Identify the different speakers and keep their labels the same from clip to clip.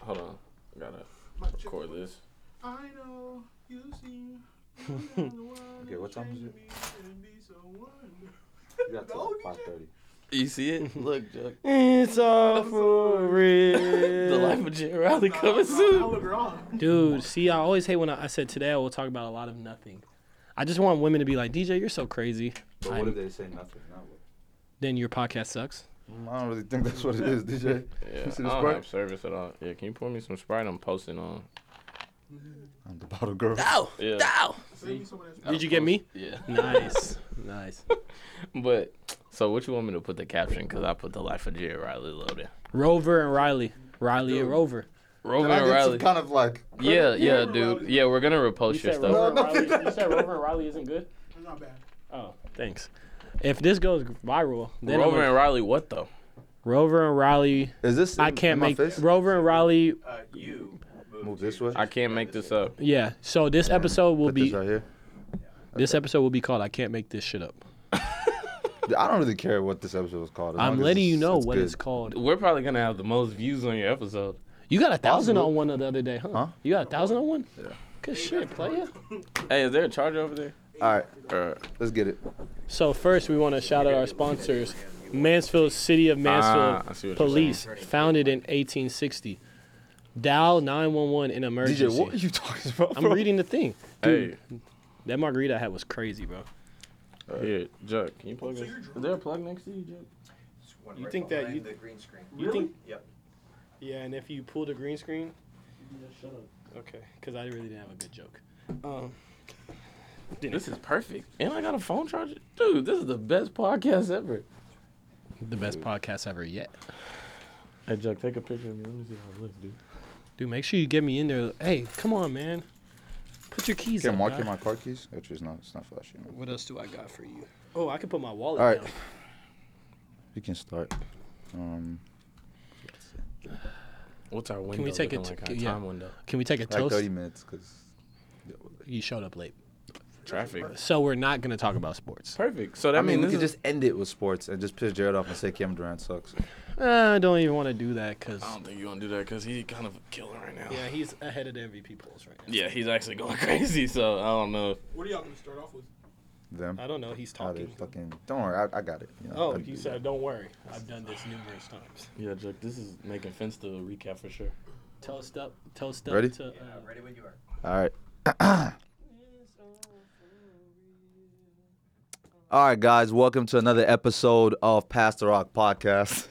Speaker 1: Hold on. I gotta record this.
Speaker 2: I know you seem.
Speaker 3: Okay, what time is it? You got till
Speaker 2: No,
Speaker 3: five
Speaker 2: DJ.
Speaker 3: thirty.
Speaker 1: You see it? Look, Chuck.
Speaker 4: It's all for real.
Speaker 1: The life of Jay Riley coming soon.
Speaker 4: Dude, see, I always hate when I, I said today I will talk about a lot of nothing. I just want women to be like, DJ, you're so crazy.
Speaker 3: But
Speaker 4: I'm-
Speaker 3: what if they say nothing? Now what?
Speaker 4: Then your podcast sucks.
Speaker 3: I don't really think that's what it is, DJ.
Speaker 1: Yeah, I
Speaker 3: You see this
Speaker 1: don't
Speaker 3: part?
Speaker 1: have service at all. Yeah, can you pour me some Sprite? I'm posting on.
Speaker 3: I'm the bottle girl.
Speaker 4: Ow!
Speaker 1: Yeah.
Speaker 4: Ow! Did you get me?
Speaker 1: Yeah.
Speaker 4: Nice. nice.
Speaker 1: But so what you want me to put the caption? Because I put the life of Jay Riley loaded.
Speaker 4: Rover and Riley. Riley and Rover.
Speaker 1: Rover
Speaker 3: Can I
Speaker 1: and
Speaker 3: get some
Speaker 1: Riley.
Speaker 3: kind of like?
Speaker 1: Yeah, yeah,
Speaker 2: Rover
Speaker 1: dude.
Speaker 2: Riley.
Speaker 1: Yeah, we're gonna repost your stuff.
Speaker 3: Rover and Riley- you
Speaker 4: said Rover and Riley isn't good?
Speaker 2: Not bad.
Speaker 4: Oh, thanks. If this goes viral, then
Speaker 1: Rover
Speaker 4: Rover,
Speaker 1: and Riley, what though?
Speaker 4: Rover and Riley.
Speaker 3: Is this?
Speaker 4: I
Speaker 3: in-
Speaker 4: can't
Speaker 3: in my
Speaker 4: make
Speaker 3: face?
Speaker 4: Rover and Riley.
Speaker 2: Uh, you
Speaker 3: Move this way.
Speaker 1: I can't make this up.
Speaker 4: Yeah. So this episode will
Speaker 3: Put this
Speaker 4: be
Speaker 3: right here.
Speaker 4: this episode will be called "I Can't Make This Shit Up."
Speaker 3: I don't really care what this episode was called. as long
Speaker 4: I'm
Speaker 3: as
Speaker 4: letting
Speaker 3: it's-
Speaker 4: you know what
Speaker 3: good.
Speaker 4: it's called.
Speaker 1: We're probably gonna have the most views on your episode.
Speaker 4: You got a thousand
Speaker 3: Possible.
Speaker 4: on one the other day, huh?
Speaker 3: Huh?
Speaker 4: You got a thousand on one?
Speaker 3: Yeah.
Speaker 4: Good shit, player.
Speaker 1: Hey, is there a charger over there?
Speaker 3: All right,
Speaker 1: Or
Speaker 3: let's get it.
Speaker 4: So first, we want to shout out our sponsors: Mansfield City of
Speaker 1: Ah, I
Speaker 4: Mansfield
Speaker 1: see what you're
Speaker 4: Police, founded in 1860. Dial 911 in emergency.
Speaker 3: DJ, what are you talking about?
Speaker 4: I'm
Speaker 3: bro?
Speaker 4: reading the thing.
Speaker 1: Hey,
Speaker 4: That margarita I had was crazy, bro.
Speaker 1: here, Jack, can you plug
Speaker 2: So
Speaker 1: this?
Speaker 2: you're drunk.
Speaker 1: Is there a plug next to you, Jack?
Speaker 4: You think that you-
Speaker 5: the green screen?
Speaker 4: You think?
Speaker 5: Yep.
Speaker 4: Yeah, and if you pull the green screen. Okay, because I really didn't have a good joke. Um,
Speaker 1: This is perfect. And I got a phone charger. Dude, this is the best podcast ever.
Speaker 4: the best podcast ever yet.
Speaker 1: Hey, Jack, take a picture of me. Let me see how I look, dude.
Speaker 4: Dude, make sure you get me in there. Hey, come on, man. Put your keys
Speaker 3: Can
Speaker 4: up,
Speaker 3: Mark
Speaker 4: guy.
Speaker 3: get my car keys? Which is not. It's not flashing.
Speaker 4: What else do I got for you? Oh, I can put my wallet
Speaker 3: All right.
Speaker 4: down.
Speaker 3: You can start. Um,
Speaker 1: What's our window?
Speaker 4: we take a
Speaker 1: looking
Speaker 4: t-
Speaker 1: like? Our
Speaker 4: yeah.
Speaker 1: time window.
Speaker 4: Can we take a
Speaker 3: like
Speaker 4: toast?
Speaker 3: thirty minutes, cause
Speaker 4: You showed up late.
Speaker 1: Traffic.
Speaker 4: So we're not going to talk about sports.
Speaker 1: Perfect. So that
Speaker 3: I mean, we
Speaker 1: means
Speaker 3: could
Speaker 1: this is,
Speaker 3: just end it with sports and just piss Jared off and say Kevin Durant sucks.
Speaker 4: Uh, I don't even want to do that because,
Speaker 1: I don't think you're gonna do that because he's kind of a killer right now.
Speaker 4: Um, yeah, he's ahead of the MVP polls right now.
Speaker 1: Yeah, he's actually going crazy. So I don't know.
Speaker 2: What are y'all gonna start off with?
Speaker 3: Them.
Speaker 4: I don't know. He's
Speaker 3: How they
Speaker 4: talking.
Speaker 3: fucking. Don't worry, I, I got it. You know,
Speaker 4: Oh,
Speaker 3: I'd
Speaker 4: you
Speaker 3: do
Speaker 4: said, don't worry. I've done this numerous times.
Speaker 1: Yeah, Jack, this is making sense to recap for sure.
Speaker 4: Toast up. Toast up.
Speaker 3: Ready?
Speaker 4: To, uh,
Speaker 5: Yeah, ready when you are.
Speaker 3: that. All right. All right, guys, welcome to another episode of Past the Rock Podcast.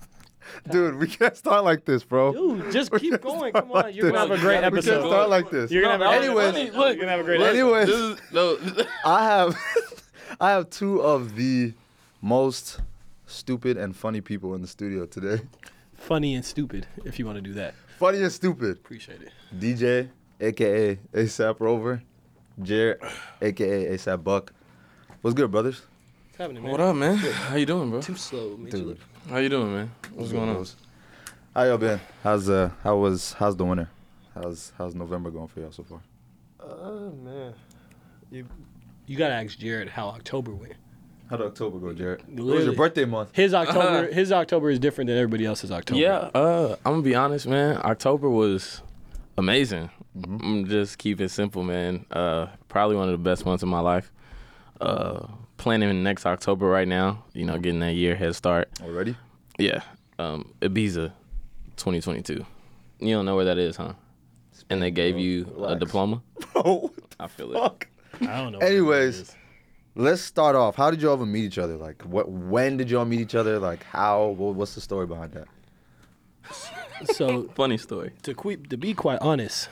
Speaker 3: Dude, we can't start like this, bro.
Speaker 4: Dude, just keep going. Come
Speaker 3: like
Speaker 4: on. You're going to
Speaker 3: this.
Speaker 4: have a
Speaker 1: We
Speaker 3: we
Speaker 4: great
Speaker 3: can't
Speaker 4: episode.
Speaker 3: start like this.
Speaker 4: You're going to
Speaker 1: No,
Speaker 4: have a
Speaker 1: that
Speaker 4: great
Speaker 1: was
Speaker 4: episode.
Speaker 1: funny. Look.
Speaker 4: You're going to have a great
Speaker 3: Look.
Speaker 4: episode.
Speaker 3: Anyways.
Speaker 1: this is, no,
Speaker 3: I have I have two of the most stupid and funny people in the studio today.
Speaker 4: Funny and stupid, if you want to do that.
Speaker 3: Funny and stupid.
Speaker 4: Appreciate it.
Speaker 3: DJ, aka ASAP Rover, Jared, aka ASAP Buck. What's good, brothers?
Speaker 4: What's happening, man?
Speaker 1: what up, man? How you doing, bro?
Speaker 4: Too slow. Made you
Speaker 3: Dude.
Speaker 4: look-
Speaker 1: How you doing, man? What's going on?
Speaker 3: How y'all been? How's uh how was how's the winter? How's how's November going for y'all so far?
Speaker 1: Uh,
Speaker 4: Oh man. You, you gotta ask Jared how October went.
Speaker 3: How did October go, Jared? it was
Speaker 4: Literally.
Speaker 3: your birthday month.
Speaker 4: His October,
Speaker 1: Uh-huh.
Speaker 4: his October is different than everybody else's October.
Speaker 1: Yeah, uh, I'm gonna be honest, man. October was amazing.
Speaker 4: Mm-hmm.
Speaker 1: I'm just keep it simple, man. Uh, probably one of the best months of my life. Uh, planning next October right now. You know, getting that year head start.
Speaker 3: Already?
Speaker 1: Yeah, um, Ibiza, 2022. You don't know where that is, huh? And they gave you a
Speaker 3: Relax.
Speaker 1: diploma.
Speaker 3: Oh,
Speaker 1: I feel it.
Speaker 3: fuck.
Speaker 4: I don't know.
Speaker 3: Anyways, let's start off. How did y'all ever meet each other? Like, what? When did y'all meet each other? Like, how? What, what's the story behind that?
Speaker 4: so
Speaker 1: Funny story.
Speaker 4: to que- to be quite honest,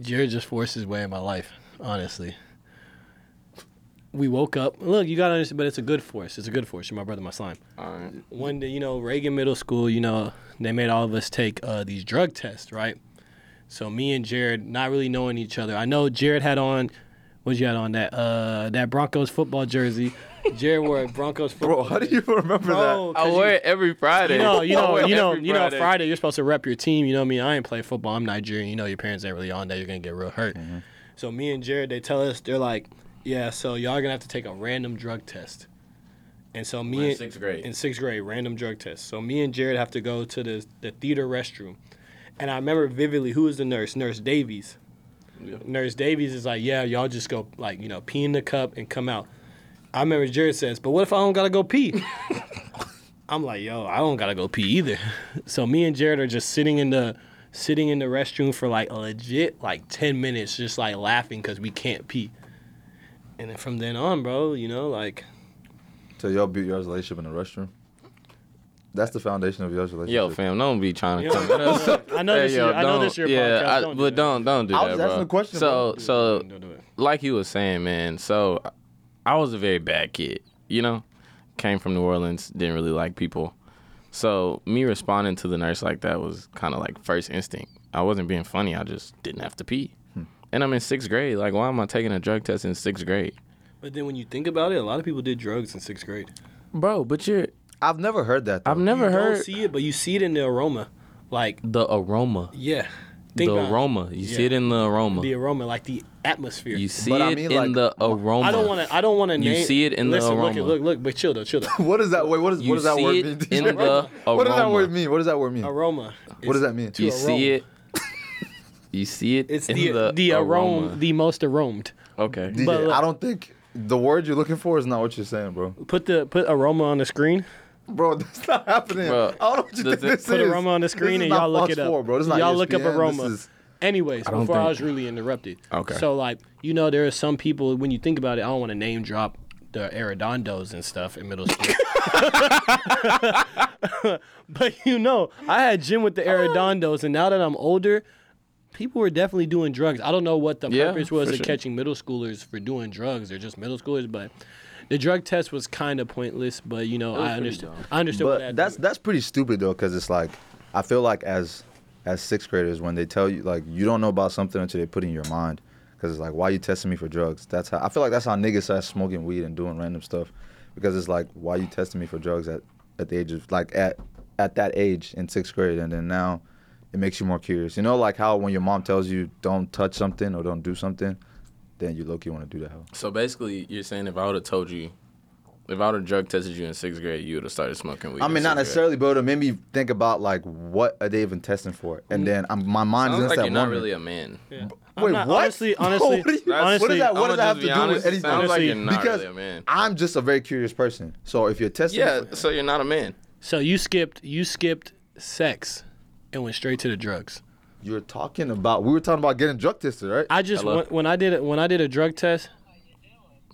Speaker 4: Jared just forced his way in my life. Honestly, we woke up. Look, you gotta understand, but it's a good force. It's a good force. You're my brother, my slime.
Speaker 1: All right.
Speaker 4: one day, you know, Reagan Middle School, you know, they made all of us take uh, these drug tests, right? So me and Jared, not really knowing each other. I know Jared had on, what you had on that uh, that Broncos football jersey. Jared wore a Broncos
Speaker 3: Bro,
Speaker 4: football.
Speaker 3: how do you remember
Speaker 4: Bro,
Speaker 1: I
Speaker 4: 'cause
Speaker 1: wear
Speaker 4: you-
Speaker 1: it every Friday.
Speaker 4: you know, you
Speaker 1: I
Speaker 4: know,
Speaker 1: wear
Speaker 4: you know,
Speaker 1: every
Speaker 4: you know. Friday, you're supposed to rep your team. You know me. I ain't play football. I'm Nigerian. You know, your parents ain't really on that. You're gonna get real hurt.
Speaker 3: Mm-hmm.
Speaker 4: So me and Jared, they tell us they're like, yeah. So y'all gonna have to take a random drug test. And so me
Speaker 1: We're in
Speaker 4: and-
Speaker 1: sixth grade.
Speaker 4: in sixth grade, random drug test. So me and Jared have to go to the the theater restroom, and I remember vividly who was the nurse, Nurse Davies. Nurse Davies is like, yeah, y'all just go like you know pee in the cup and come out. I remember Jared says, but what if I don't gotta go pee? I'm like, yo, I don't gotta go pee either. So me and Jared are just sitting in the sitting in the restroom for like a legit like ten minutes, just like laughing because we can't pee. And then from then on, bro, you know, like
Speaker 3: So y'all built y'all's relationship in the restroom. That's the foundation of y'all's relationship.
Speaker 1: Yo, fam, don't be trying to
Speaker 4: Yo,
Speaker 1: come at us.
Speaker 4: I know this.
Speaker 1: Hey,
Speaker 4: year,
Speaker 1: yo,
Speaker 4: I know
Speaker 1: don't-
Speaker 4: this. Your
Speaker 1: yeah,
Speaker 4: podcast.
Speaker 1: I-
Speaker 4: don't do
Speaker 1: but
Speaker 4: that.
Speaker 1: don't don't do
Speaker 3: I
Speaker 1: that,
Speaker 3: was
Speaker 1: bro.
Speaker 3: asking a question,
Speaker 1: So
Speaker 3: bro.
Speaker 1: so
Speaker 4: Don't do it.
Speaker 1: like you was saying, man. So I was a very bad kid. You know, came from New Orleans, didn't really like people. So me responding to the nurse like that was kind of like first instinct. I wasn't being funny. I just didn't have to pee.
Speaker 3: Hmm.
Speaker 1: And I'm in sixth grade. Like, why am I taking a drug test in sixth grade,
Speaker 4: But then when you think about it, a lot of people did drugs in sixth grade.
Speaker 1: bro? But you're.
Speaker 3: I've never heard that. Though.
Speaker 1: I've never
Speaker 4: you
Speaker 1: heard
Speaker 4: Don't see it, but you see it in the aroma. Like
Speaker 1: the aroma.
Speaker 4: yeah, think
Speaker 1: The
Speaker 4: about it.
Speaker 1: aroma. You see it in the aroma.
Speaker 4: The aroma, like the atmosphere.
Speaker 1: You see
Speaker 3: But
Speaker 1: it
Speaker 3: I mean,
Speaker 1: in
Speaker 3: like,
Speaker 1: the aroma.
Speaker 4: I don't want to. I don't want to.
Speaker 1: You
Speaker 4: name,
Speaker 1: see it in the
Speaker 4: listen, Look,
Speaker 1: aroma.
Speaker 4: at- look, look. But chill though, chill though.
Speaker 3: What does that? Wait, what, is,
Speaker 1: You
Speaker 3: what does that
Speaker 1: see
Speaker 3: word
Speaker 1: it
Speaker 3: mean?
Speaker 1: in the
Speaker 3: What does that word
Speaker 1: aroma.
Speaker 3: mean? What does that word mean?
Speaker 4: Aroma.
Speaker 3: What does that mean?
Speaker 4: to
Speaker 1: You
Speaker 4: aroma.
Speaker 1: see it. You see it
Speaker 4: It's
Speaker 1: in
Speaker 4: the the, aroma. the most aromed.
Speaker 1: Okay.
Speaker 3: DJ,
Speaker 4: But look-
Speaker 3: I don't think the word you're looking for is not what you're saying, bro.
Speaker 4: Put the put aroma on the screen.
Speaker 3: Bro, that's not happening.
Speaker 1: Bro,
Speaker 3: I don't know what you
Speaker 1: does
Speaker 3: think
Speaker 1: it-
Speaker 3: this
Speaker 4: Put
Speaker 3: is.
Speaker 4: aroma on the
Speaker 3: This is
Speaker 4: screen and
Speaker 3: not
Speaker 4: y'all look
Speaker 3: Fox
Speaker 4: it up.
Speaker 3: 4, bro. This is not E
Speaker 4: y'all look up
Speaker 3: ESPN. This
Speaker 4: aroma.
Speaker 3: is-
Speaker 4: Anyways,
Speaker 1: don't
Speaker 4: before I
Speaker 1: think-
Speaker 4: was really interrupted.
Speaker 1: Okay.
Speaker 4: So like, you know, there are some people when you think about it, I don't want to name drop the Arredondos and stuff in middle school. but you know, I had gym with the
Speaker 3: Oh.
Speaker 4: Arredondos, and now that I'm older, people were definitely doing drugs. I don't know what the
Speaker 1: Yeah,
Speaker 4: purpose was
Speaker 1: for
Speaker 4: of
Speaker 1: sure.
Speaker 4: catching middle schoolers for doing drugs. They're just middle schoolers, but the drug test was kind of pointless. But you know, I understand. I understood. what
Speaker 3: But
Speaker 4: that
Speaker 3: that's that's pretty stupid though, because it's like I feel like as as sixth graders when they tell you like you don't know about something until they put it in your mind, because it's like why you testing me for drugs? That's how I feel like that's how niggas start smoking weed and doing random stuff, because it's like why you testing me for drugs at at the age of like at at that age in sixth grade, and then now it makes you more curious. You know, like how when your mom tells you don't touch something or don't do something, then you low key want to do that. hell.
Speaker 1: So basically, you're saying if I would have told you, if I would have drug tested you in sixth grade, you would have started smoking weed.
Speaker 3: I
Speaker 1: in
Speaker 3: mean, not
Speaker 1: sixth grade.
Speaker 3: necessarily, but it made me think about like what are they even testing for, and then I'm, my
Speaker 1: Sounds
Speaker 3: mind's gonna
Speaker 1: like
Speaker 3: start
Speaker 1: you're not
Speaker 3: wondering.
Speaker 1: really a man.
Speaker 4: I'm
Speaker 3: Wait,
Speaker 4: not-
Speaker 3: what?
Speaker 4: Honestly,
Speaker 3: Bro,
Speaker 4: honestly,
Speaker 3: what, do you-
Speaker 4: honestly,
Speaker 3: what does that? What
Speaker 1: I'ma
Speaker 3: does that have
Speaker 1: just
Speaker 3: to
Speaker 1: be
Speaker 3: do
Speaker 1: honest,
Speaker 3: with anything?
Speaker 1: sounds like
Speaker 4: Honestly,
Speaker 1: you're not
Speaker 3: because
Speaker 1: really a man.
Speaker 3: I'm just a very curious person. So if you're testing,
Speaker 1: Yeah, so you're not a man.
Speaker 4: So you skipped you skipped sex and went straight to the drugs.
Speaker 3: you're talking about. We were talking about getting drug tested, right?
Speaker 4: I just
Speaker 1: Hello?
Speaker 4: when, when I did it when I did a drug test,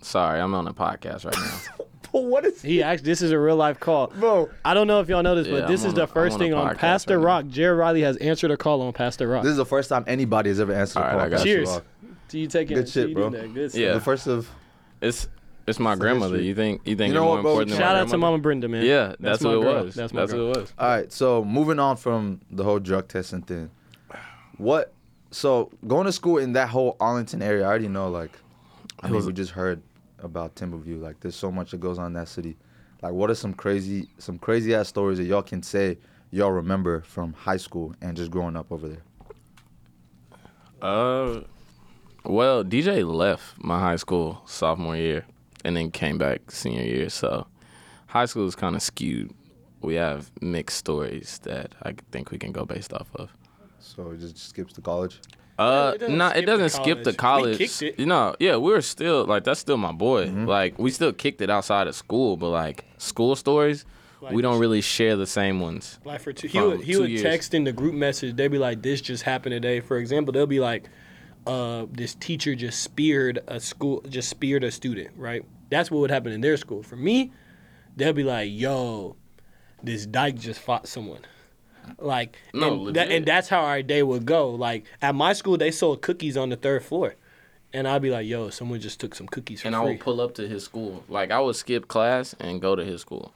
Speaker 1: Sorry, I'm on a podcast right now.
Speaker 3: but what is,
Speaker 4: he asked this is a real life call.
Speaker 3: bro?
Speaker 4: I don't know if y'all know this,
Speaker 1: Yeah,
Speaker 4: but this
Speaker 1: I'm
Speaker 4: is
Speaker 1: on
Speaker 4: the
Speaker 1: a-
Speaker 4: first
Speaker 1: I'm on a
Speaker 4: thing on
Speaker 1: podcast
Speaker 4: Pastor
Speaker 1: right now.
Speaker 4: Rock. Jared Riley has answered a call on Pastor Rock.
Speaker 3: This is the first time anybody has ever answered.
Speaker 1: All
Speaker 3: a
Speaker 1: right, I
Speaker 3: podcast.
Speaker 1: got you.
Speaker 4: Cheers.
Speaker 3: Rock.
Speaker 4: Do you take it?
Speaker 3: Good shit,
Speaker 4: you
Speaker 3: bro.
Speaker 4: do that, good
Speaker 1: Yeah.
Speaker 3: The
Speaker 4: stuff.
Speaker 3: first of
Speaker 1: It's it's my grandmother.
Speaker 3: history.
Speaker 1: You think you think
Speaker 3: You know
Speaker 1: you're
Speaker 3: what,
Speaker 1: more
Speaker 3: bro?
Speaker 1: important than
Speaker 4: Shout
Speaker 1: my
Speaker 4: out to
Speaker 1: grandmother?
Speaker 4: Mama Brenda, man.
Speaker 1: Yeah, that's,
Speaker 4: my
Speaker 1: what it
Speaker 4: girl.
Speaker 1: was.
Speaker 4: That's
Speaker 1: That's,
Speaker 4: my
Speaker 1: what
Speaker 4: girl.
Speaker 1: it was.
Speaker 3: All right, so moving on from the whole drug testing thing. What? So going to school in that whole Arlington area, I already know. Like, I mean, we just heard about Timberview. Like, there's so much that goes on in that city. Like, what are some crazy, some crazy ass stories that y'all can say y'all remember from high school and just growing up over there?
Speaker 1: Uh, well, DJ left my high school sophomore year and then came back senior year. So high school is kind of skewed. We have mixed stories that I think we can go based off of.
Speaker 3: So it just skips to college.
Speaker 1: Uh,
Speaker 4: it
Speaker 1: no,
Speaker 4: doesn't skip
Speaker 1: it
Speaker 4: the
Speaker 1: doesn't skip the
Speaker 4: college.
Speaker 1: college.
Speaker 4: We kicked it.
Speaker 1: You know, yeah, we were still like that's still my boy. Like we still kicked it outside of school, but like school stories,
Speaker 4: Like-
Speaker 1: we don't really share the same ones.
Speaker 4: Like for two, he
Speaker 1: From
Speaker 4: would, he
Speaker 1: two
Speaker 4: would
Speaker 1: years.
Speaker 4: text in the group message. They'd be like, "This just happened today." For example, they'll be like, uh, "This teacher just speared a school, just speared a student." Right? That's what would happen in their school. For me, they'll be like, "Yo, this dyke just fought someone." Like,
Speaker 1: No,
Speaker 4: and, that,
Speaker 1: legit.
Speaker 4: and that's how our day would go. Like at my school, they sold cookies on the third floor, and I'd be like, "Yo, someone just took some cookies for
Speaker 1: And I
Speaker 4: free."
Speaker 1: would pull up to his school. Like I would skip class and go to his school.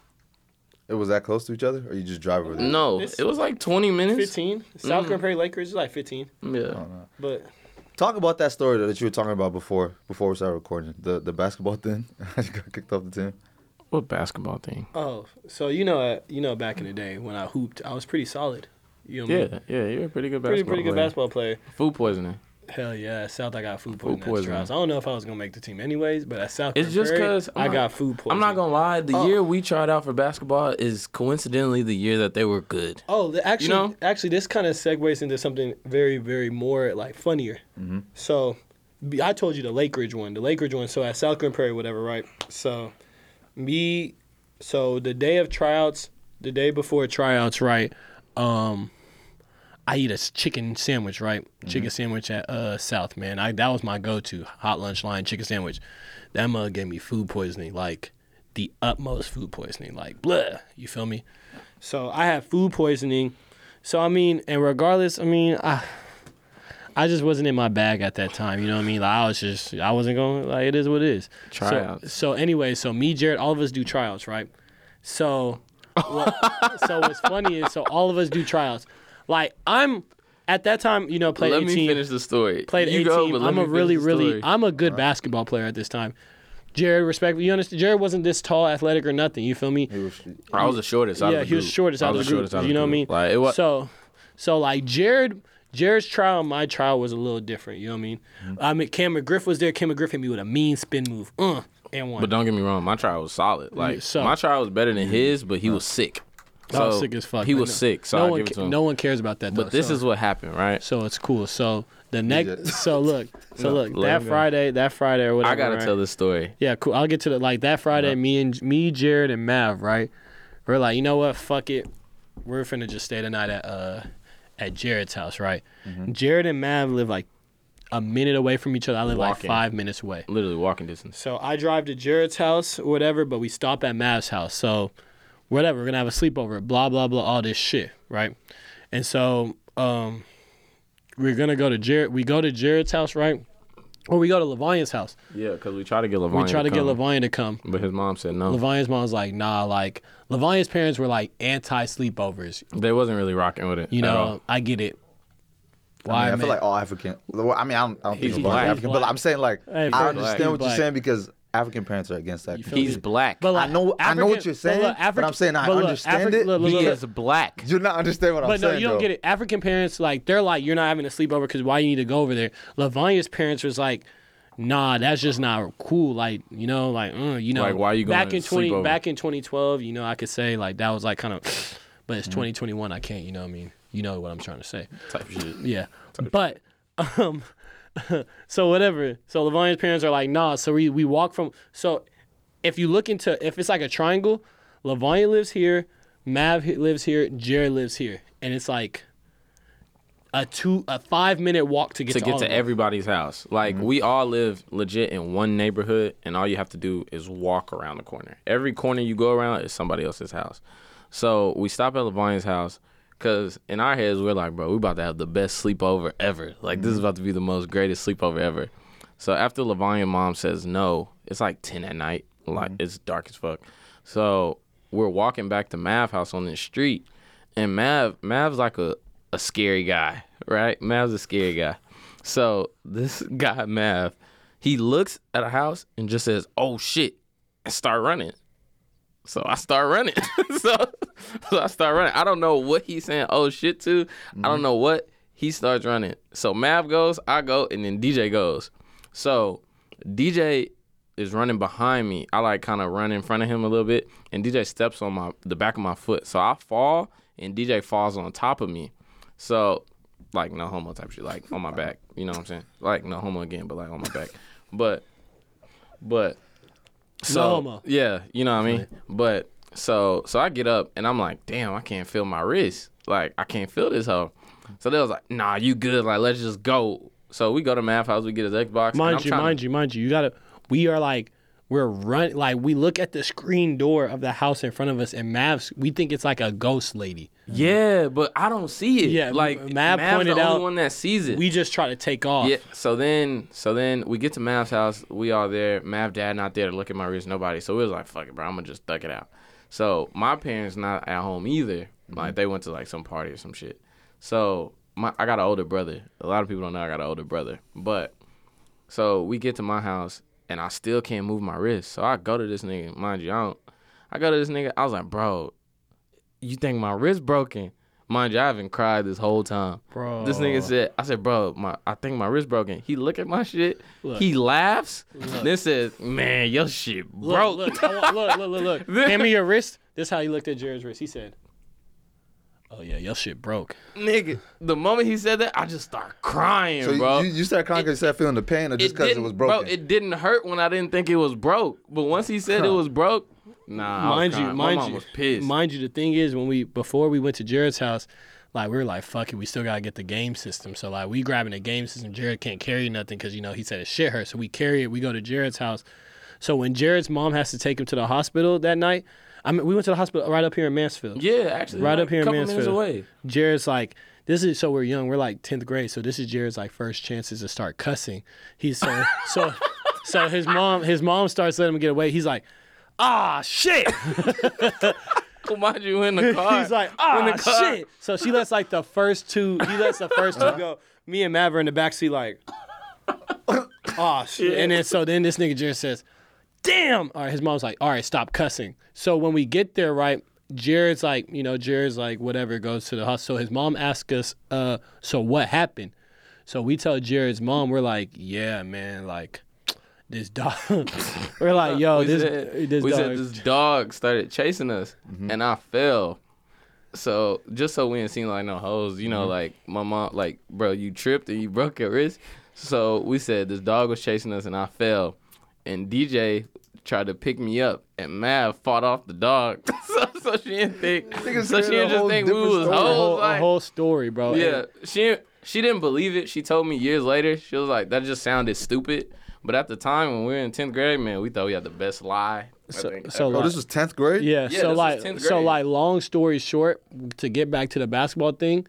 Speaker 3: It was that close to each other, or you just drive over there?
Speaker 1: No,
Speaker 4: It's-
Speaker 1: it was like 20 minutes.
Speaker 4: Fifteen South
Speaker 1: Mm.
Speaker 4: Grand Prairie Lakers is like fifteen,
Speaker 1: Yeah.
Speaker 4: but
Speaker 3: Oh, Talk about that story though, that you were talking about before before we started recording the the basketball thing. I got kicked off the team.
Speaker 1: What basketball thing?
Speaker 4: Oh, so you know, uh, you know, back in the day when I hooped, I was pretty solid. You know, what I mean?
Speaker 1: Yeah, yeah, you're a pretty good
Speaker 4: pretty
Speaker 1: basketball.
Speaker 4: pretty good
Speaker 1: player.
Speaker 4: basketball player.
Speaker 1: Food poisoning.
Speaker 4: Hell yeah, at South I got food
Speaker 1: Food
Speaker 4: poisoning. at the
Speaker 1: poisoning.
Speaker 4: trials. I don't know if I was gonna make the team anyways, but at South
Speaker 1: It's just
Speaker 4: Prairie,
Speaker 1: 'cause I'm
Speaker 4: I
Speaker 1: not-
Speaker 4: got food poisoning.
Speaker 1: I'm not gonna lie. The
Speaker 4: Oh.
Speaker 1: year we tried out for basketball is coincidentally the year that they were good.
Speaker 4: Oh, the, actually,
Speaker 1: know?
Speaker 4: actually, this kind of segues into something very, very more like funnier. So, be- I told you the Lake Ridge one, the Lake Ridge one. So at South Glen Prairie, whatever, right? So, me, so the day of tryouts, the day before tryouts, right? Um, I eat a s- chicken sandwich, right? Chicken sandwich at uh South, man. I that was my go-to hot lunch line chicken sandwich. That mug gave me food poisoning, like the utmost food poisoning, like blah. You feel me? So I had food poisoning. So I mean, and regardless, I mean, I I just wasn't in my bag at that time. You know what I mean? Like I was just I wasn't going like it is what it is. So-
Speaker 1: Tryouts.
Speaker 4: So, anyway, so me, Jared, all of us do tryouts, right? So what, so what's funny is so all of us do tryouts. Like I'm at that time, you know, played
Speaker 1: let
Speaker 4: 18
Speaker 1: me finish the story.
Speaker 4: played
Speaker 1: you
Speaker 4: 18.
Speaker 1: go, but let
Speaker 4: I'm
Speaker 1: me
Speaker 4: a
Speaker 1: finish
Speaker 4: really,
Speaker 1: the
Speaker 4: really,
Speaker 1: story.
Speaker 4: I'm a good basketball player at this time. Jared, respectfully, you understand? Jared wasn't this tall, athletic, or nothing. You feel me?
Speaker 3: He was-
Speaker 1: I was the shortest. Out of
Speaker 4: yeah,
Speaker 1: the
Speaker 4: he was
Speaker 1: group.
Speaker 4: shortest
Speaker 1: I
Speaker 4: out of
Speaker 1: was
Speaker 4: the group.
Speaker 1: shortest out of
Speaker 4: you know what I mean?
Speaker 1: group. Like it was.
Speaker 4: So, so like Jared, Jared's trial and my trial was a little different. You know what I mean?
Speaker 1: Mm-hmm.
Speaker 4: I mean, Cameron Griff was there. Cameron Griff hit me with a mean spin move, uh, and one.
Speaker 1: but don't get me wrong, my trial was solid. Like
Speaker 4: so-
Speaker 1: my trial was better than his, but he was sick.
Speaker 4: I was
Speaker 1: So,
Speaker 4: sick as fuck.
Speaker 1: He
Speaker 4: but
Speaker 1: was
Speaker 4: no-
Speaker 1: sick, so
Speaker 4: no
Speaker 1: I
Speaker 4: one,
Speaker 1: give it
Speaker 4: ca-
Speaker 1: to him.
Speaker 4: no one cares about that.
Speaker 1: but
Speaker 4: though,
Speaker 1: this
Speaker 4: so.
Speaker 1: is what happened, right?
Speaker 4: so it's cool. So the next,
Speaker 3: just-
Speaker 4: so look, so look,
Speaker 1: let
Speaker 4: that
Speaker 1: him go.
Speaker 4: Friday, that Friday or whatever.
Speaker 1: I gotta
Speaker 4: right?
Speaker 1: tell this story.
Speaker 4: Yeah, cool. I'll get to the like that Friday. Me and me, Jared, and Mav, right? We're like, you know what? Fuck it. We're finna just stay the night at uh at Jared's house, right?
Speaker 1: Mm-hmm.
Speaker 4: Jared and Mav live like a minute away from each other. I live
Speaker 1: Walking.
Speaker 4: like five minutes away.
Speaker 1: Literally walking distance.
Speaker 4: So I drive to Jared's house, or whatever, but we stop at Mav's house. So whatever, we're gonna have a sleepover, blah blah blah, all this shit, right? And so um we're gonna go to Jared we go to Jared's house, right? Or we go to Lavonia's house.
Speaker 1: Yeah, because we tried to get Levine.
Speaker 4: We try to get Lavonia to come.
Speaker 1: but his mom said no.
Speaker 4: Levian's mom was like, nah, like Levian's parents were like anti sleepovers.
Speaker 1: they wasn't really rocking with it.
Speaker 4: You
Speaker 1: at
Speaker 4: know,
Speaker 1: all.
Speaker 4: I get it.
Speaker 3: I,
Speaker 4: Why
Speaker 3: mean, I
Speaker 4: man?
Speaker 3: feel like all African. well, I mean, I don't, I don't think
Speaker 1: He's
Speaker 3: it's all
Speaker 1: black.
Speaker 3: African, but
Speaker 4: He's
Speaker 3: I'm saying like
Speaker 4: Hey,
Speaker 3: I
Speaker 4: fair.
Speaker 3: understand
Speaker 1: He's
Speaker 3: what you're
Speaker 4: black.
Speaker 3: saying because African parents are against that.
Speaker 4: feel
Speaker 1: he's black.
Speaker 4: But like-
Speaker 3: I know- I know what you're saying, but I'm saying I
Speaker 4: look,
Speaker 3: understand
Speaker 4: Afri-
Speaker 3: it.
Speaker 4: Look, look,
Speaker 1: he
Speaker 4: look.
Speaker 1: is black.
Speaker 3: You're not understand what I'm
Speaker 4: But
Speaker 3: saying.
Speaker 4: no, you don't
Speaker 3: though.
Speaker 4: get it. African parents like they're like, you're not having a sleepover because why you need to go over there. Levian's parents was like, nah, that's just not cool. Like you know, like mm, you know,
Speaker 1: Like, why you going
Speaker 4: back
Speaker 1: to
Speaker 4: in twenty
Speaker 1: sleepover?
Speaker 4: back in 2012, you know, I could say like that was like kind of, but it's 2021. I can't. You know what I mean? You know what I'm trying to say.
Speaker 1: Type shit.
Speaker 4: Yeah. But um so whatever. So Levine's parents are like, nah, so we, we walk from so if you look into if it's like a triangle, Levine lives here, Mav he- lives here, Jared lives here. And it's like a two a five minute walk to get
Speaker 1: to
Speaker 4: to,
Speaker 1: get
Speaker 4: all
Speaker 1: to
Speaker 4: of them.
Speaker 1: everybody's house. Like we all live legit in one neighborhood, and all you have to do is walk around the corner. Every corner you go around is somebody else's house. So we stop at Levine's house because in our heads we're like, bro, we about to have the best sleepover ever. Like this is about to be the most greatest sleepover ever. So after Levine mom says no, it's like ten at night. Like it's dark as fuck. So we're walking back to Mav house on this street, and Mav Mav's like a a scary guy, right? Mav's a scary guy. So this guy Mav, he looks at a house and just says, "Oh shit," and start running. So I start running. so, so I start running. I don't know what he's saying. Oh shit, to. I don't know what he starts running. So Mav goes, I go, and then DJ goes. So DJ is running behind me. I like kind of run in front of him a little bit, and DJ steps on my the back of my foot. So I fall, and DJ falls on top of me. So like no homo type shit, like on my back. You know what I'm saying? Like no homo again, but like on my back. But but so
Speaker 4: homo.
Speaker 1: yeah, you know what I mean. But so so I get up and I'm like, damn, I can't feel my wrist. Like I can't feel this hoe. So they was like, nah, you good. Like let's just go. So we go to Math House. We get his Xbox.
Speaker 4: Mind you, mind you, mind you, you gotta we are like we're run like we look at the screen door of the house in front of us and Mav's we think it's like a ghost lady.
Speaker 1: Yeah, but I don't see it.
Speaker 4: Yeah,
Speaker 1: like
Speaker 4: Mav
Speaker 1: Mav's
Speaker 4: pointed
Speaker 1: the
Speaker 4: out-
Speaker 1: only one that sees it.
Speaker 4: We just try to take off.
Speaker 1: Yeah. So then, so then we get to Mav's house. We all there. Mav dad not there to look at my wrist. Nobody. So we was like, fuck it, bro. I'm gonna just duck it out. So my parents not at home either.
Speaker 4: Mm-hmm.
Speaker 1: Like they went to like some party or some shit. So my I got an older brother. A lot of people don't know I got an older brother, but so we get to my house and I still can't move my wrist. So I go to this nigga, mind you, I don't. I go to this nigga. I was like, bro, you think my wrist broken? Mind you, I haven't cried this whole time.
Speaker 4: Bro.
Speaker 1: This nigga said, I said, bro, my I think my wrist broken. He look at my shit. he laughs. Then says, man, your shit
Speaker 4: Look,
Speaker 1: broke.
Speaker 4: look, I want- look, look, look, look. Hand me your wrist. This is how he looked at Jared's wrist. He said, "Oh yeah, your shit broke."
Speaker 1: nigga, the moment he said that, I just start crying,
Speaker 3: So
Speaker 1: bro.
Speaker 3: you, you start crying 'cause you start feeling the pain, or just because it,
Speaker 1: didn't-
Speaker 3: was broken?
Speaker 1: Bro, it didn't hurt when I didn't think it was broke. But once he said it was broke, nah. I was
Speaker 4: mind you,
Speaker 1: crying.
Speaker 4: mind
Speaker 1: my mom
Speaker 4: you,
Speaker 1: was pissed.
Speaker 4: mind you. The thing is, when we before we went to Jared's house, like we were like, "Fuck it, we still gotta get the game system." So like we grabbing the game system. Jared can't carry nothing because you know he said his shit hurt. So we carry it. We go to Jared's house. So when Jared's mom has to take him to the hospital that night, I mean, we went to the hospital right up here in Mansfield.
Speaker 1: yeah, actually,
Speaker 4: Right
Speaker 1: like,
Speaker 4: up here in
Speaker 1: couple minutes
Speaker 4: Mansfield.
Speaker 1: away.
Speaker 4: Jared's like, this is so we're young. We're like tenth grade, so this is Jared's like first chances to start cussing. He's so so so his mom his mom starts letting him get away. He's like, ah shit.
Speaker 1: Well, mind you, in the car.
Speaker 4: He's like,
Speaker 1: In
Speaker 4: ah
Speaker 1: the car. Uh-huh.
Speaker 4: shit. So she lets like the first two. He lets the first two go. Me and Mav are in the backseat like, ah shit. And then so then this nigga Jared says, damn. All right, his mom's like, all right, stop cussing. So when we get there, right, Jared's like, you know, Jared's like, whatever, goes to the hospital. So his mom asks us, uh, so what happened? So we tell Jared's mom, we're like, yeah, man, like. This dog, we're like, yo,
Speaker 1: we
Speaker 4: this
Speaker 1: said,
Speaker 4: this
Speaker 1: we
Speaker 4: dog. Mm-hmm.
Speaker 1: said this dog started chasing us, and I fell. So just so we didn't seem like no hoes, you know,
Speaker 4: Mm-hmm.
Speaker 1: like my mom, like bro, you tripped and you broke your wrist. So we said this dog was chasing us, and I fell, and DJ tried to pick me up, and Mav fought off the dog. so, so she didn't think, so she
Speaker 3: created a
Speaker 1: didn't just
Speaker 3: whole
Speaker 1: think we
Speaker 3: different
Speaker 1: was
Speaker 3: story.
Speaker 4: a
Speaker 1: hoes.
Speaker 4: whole,
Speaker 1: like-
Speaker 4: a whole story, bro.
Speaker 1: yeah, she she didn't believe it. She told me years later. She was like, "That just sounded stupid." But at the time when we were in tenth grade, man, we thought we had the best lie. I
Speaker 4: So,
Speaker 1: think.
Speaker 4: so
Speaker 3: oh,
Speaker 4: like,
Speaker 3: this was tenth grade.
Speaker 1: Yeah,
Speaker 4: yeah, so
Speaker 1: this was
Speaker 4: like
Speaker 1: 10th
Speaker 4: so
Speaker 1: grade.
Speaker 4: like long story short, to get back to the basketball thing,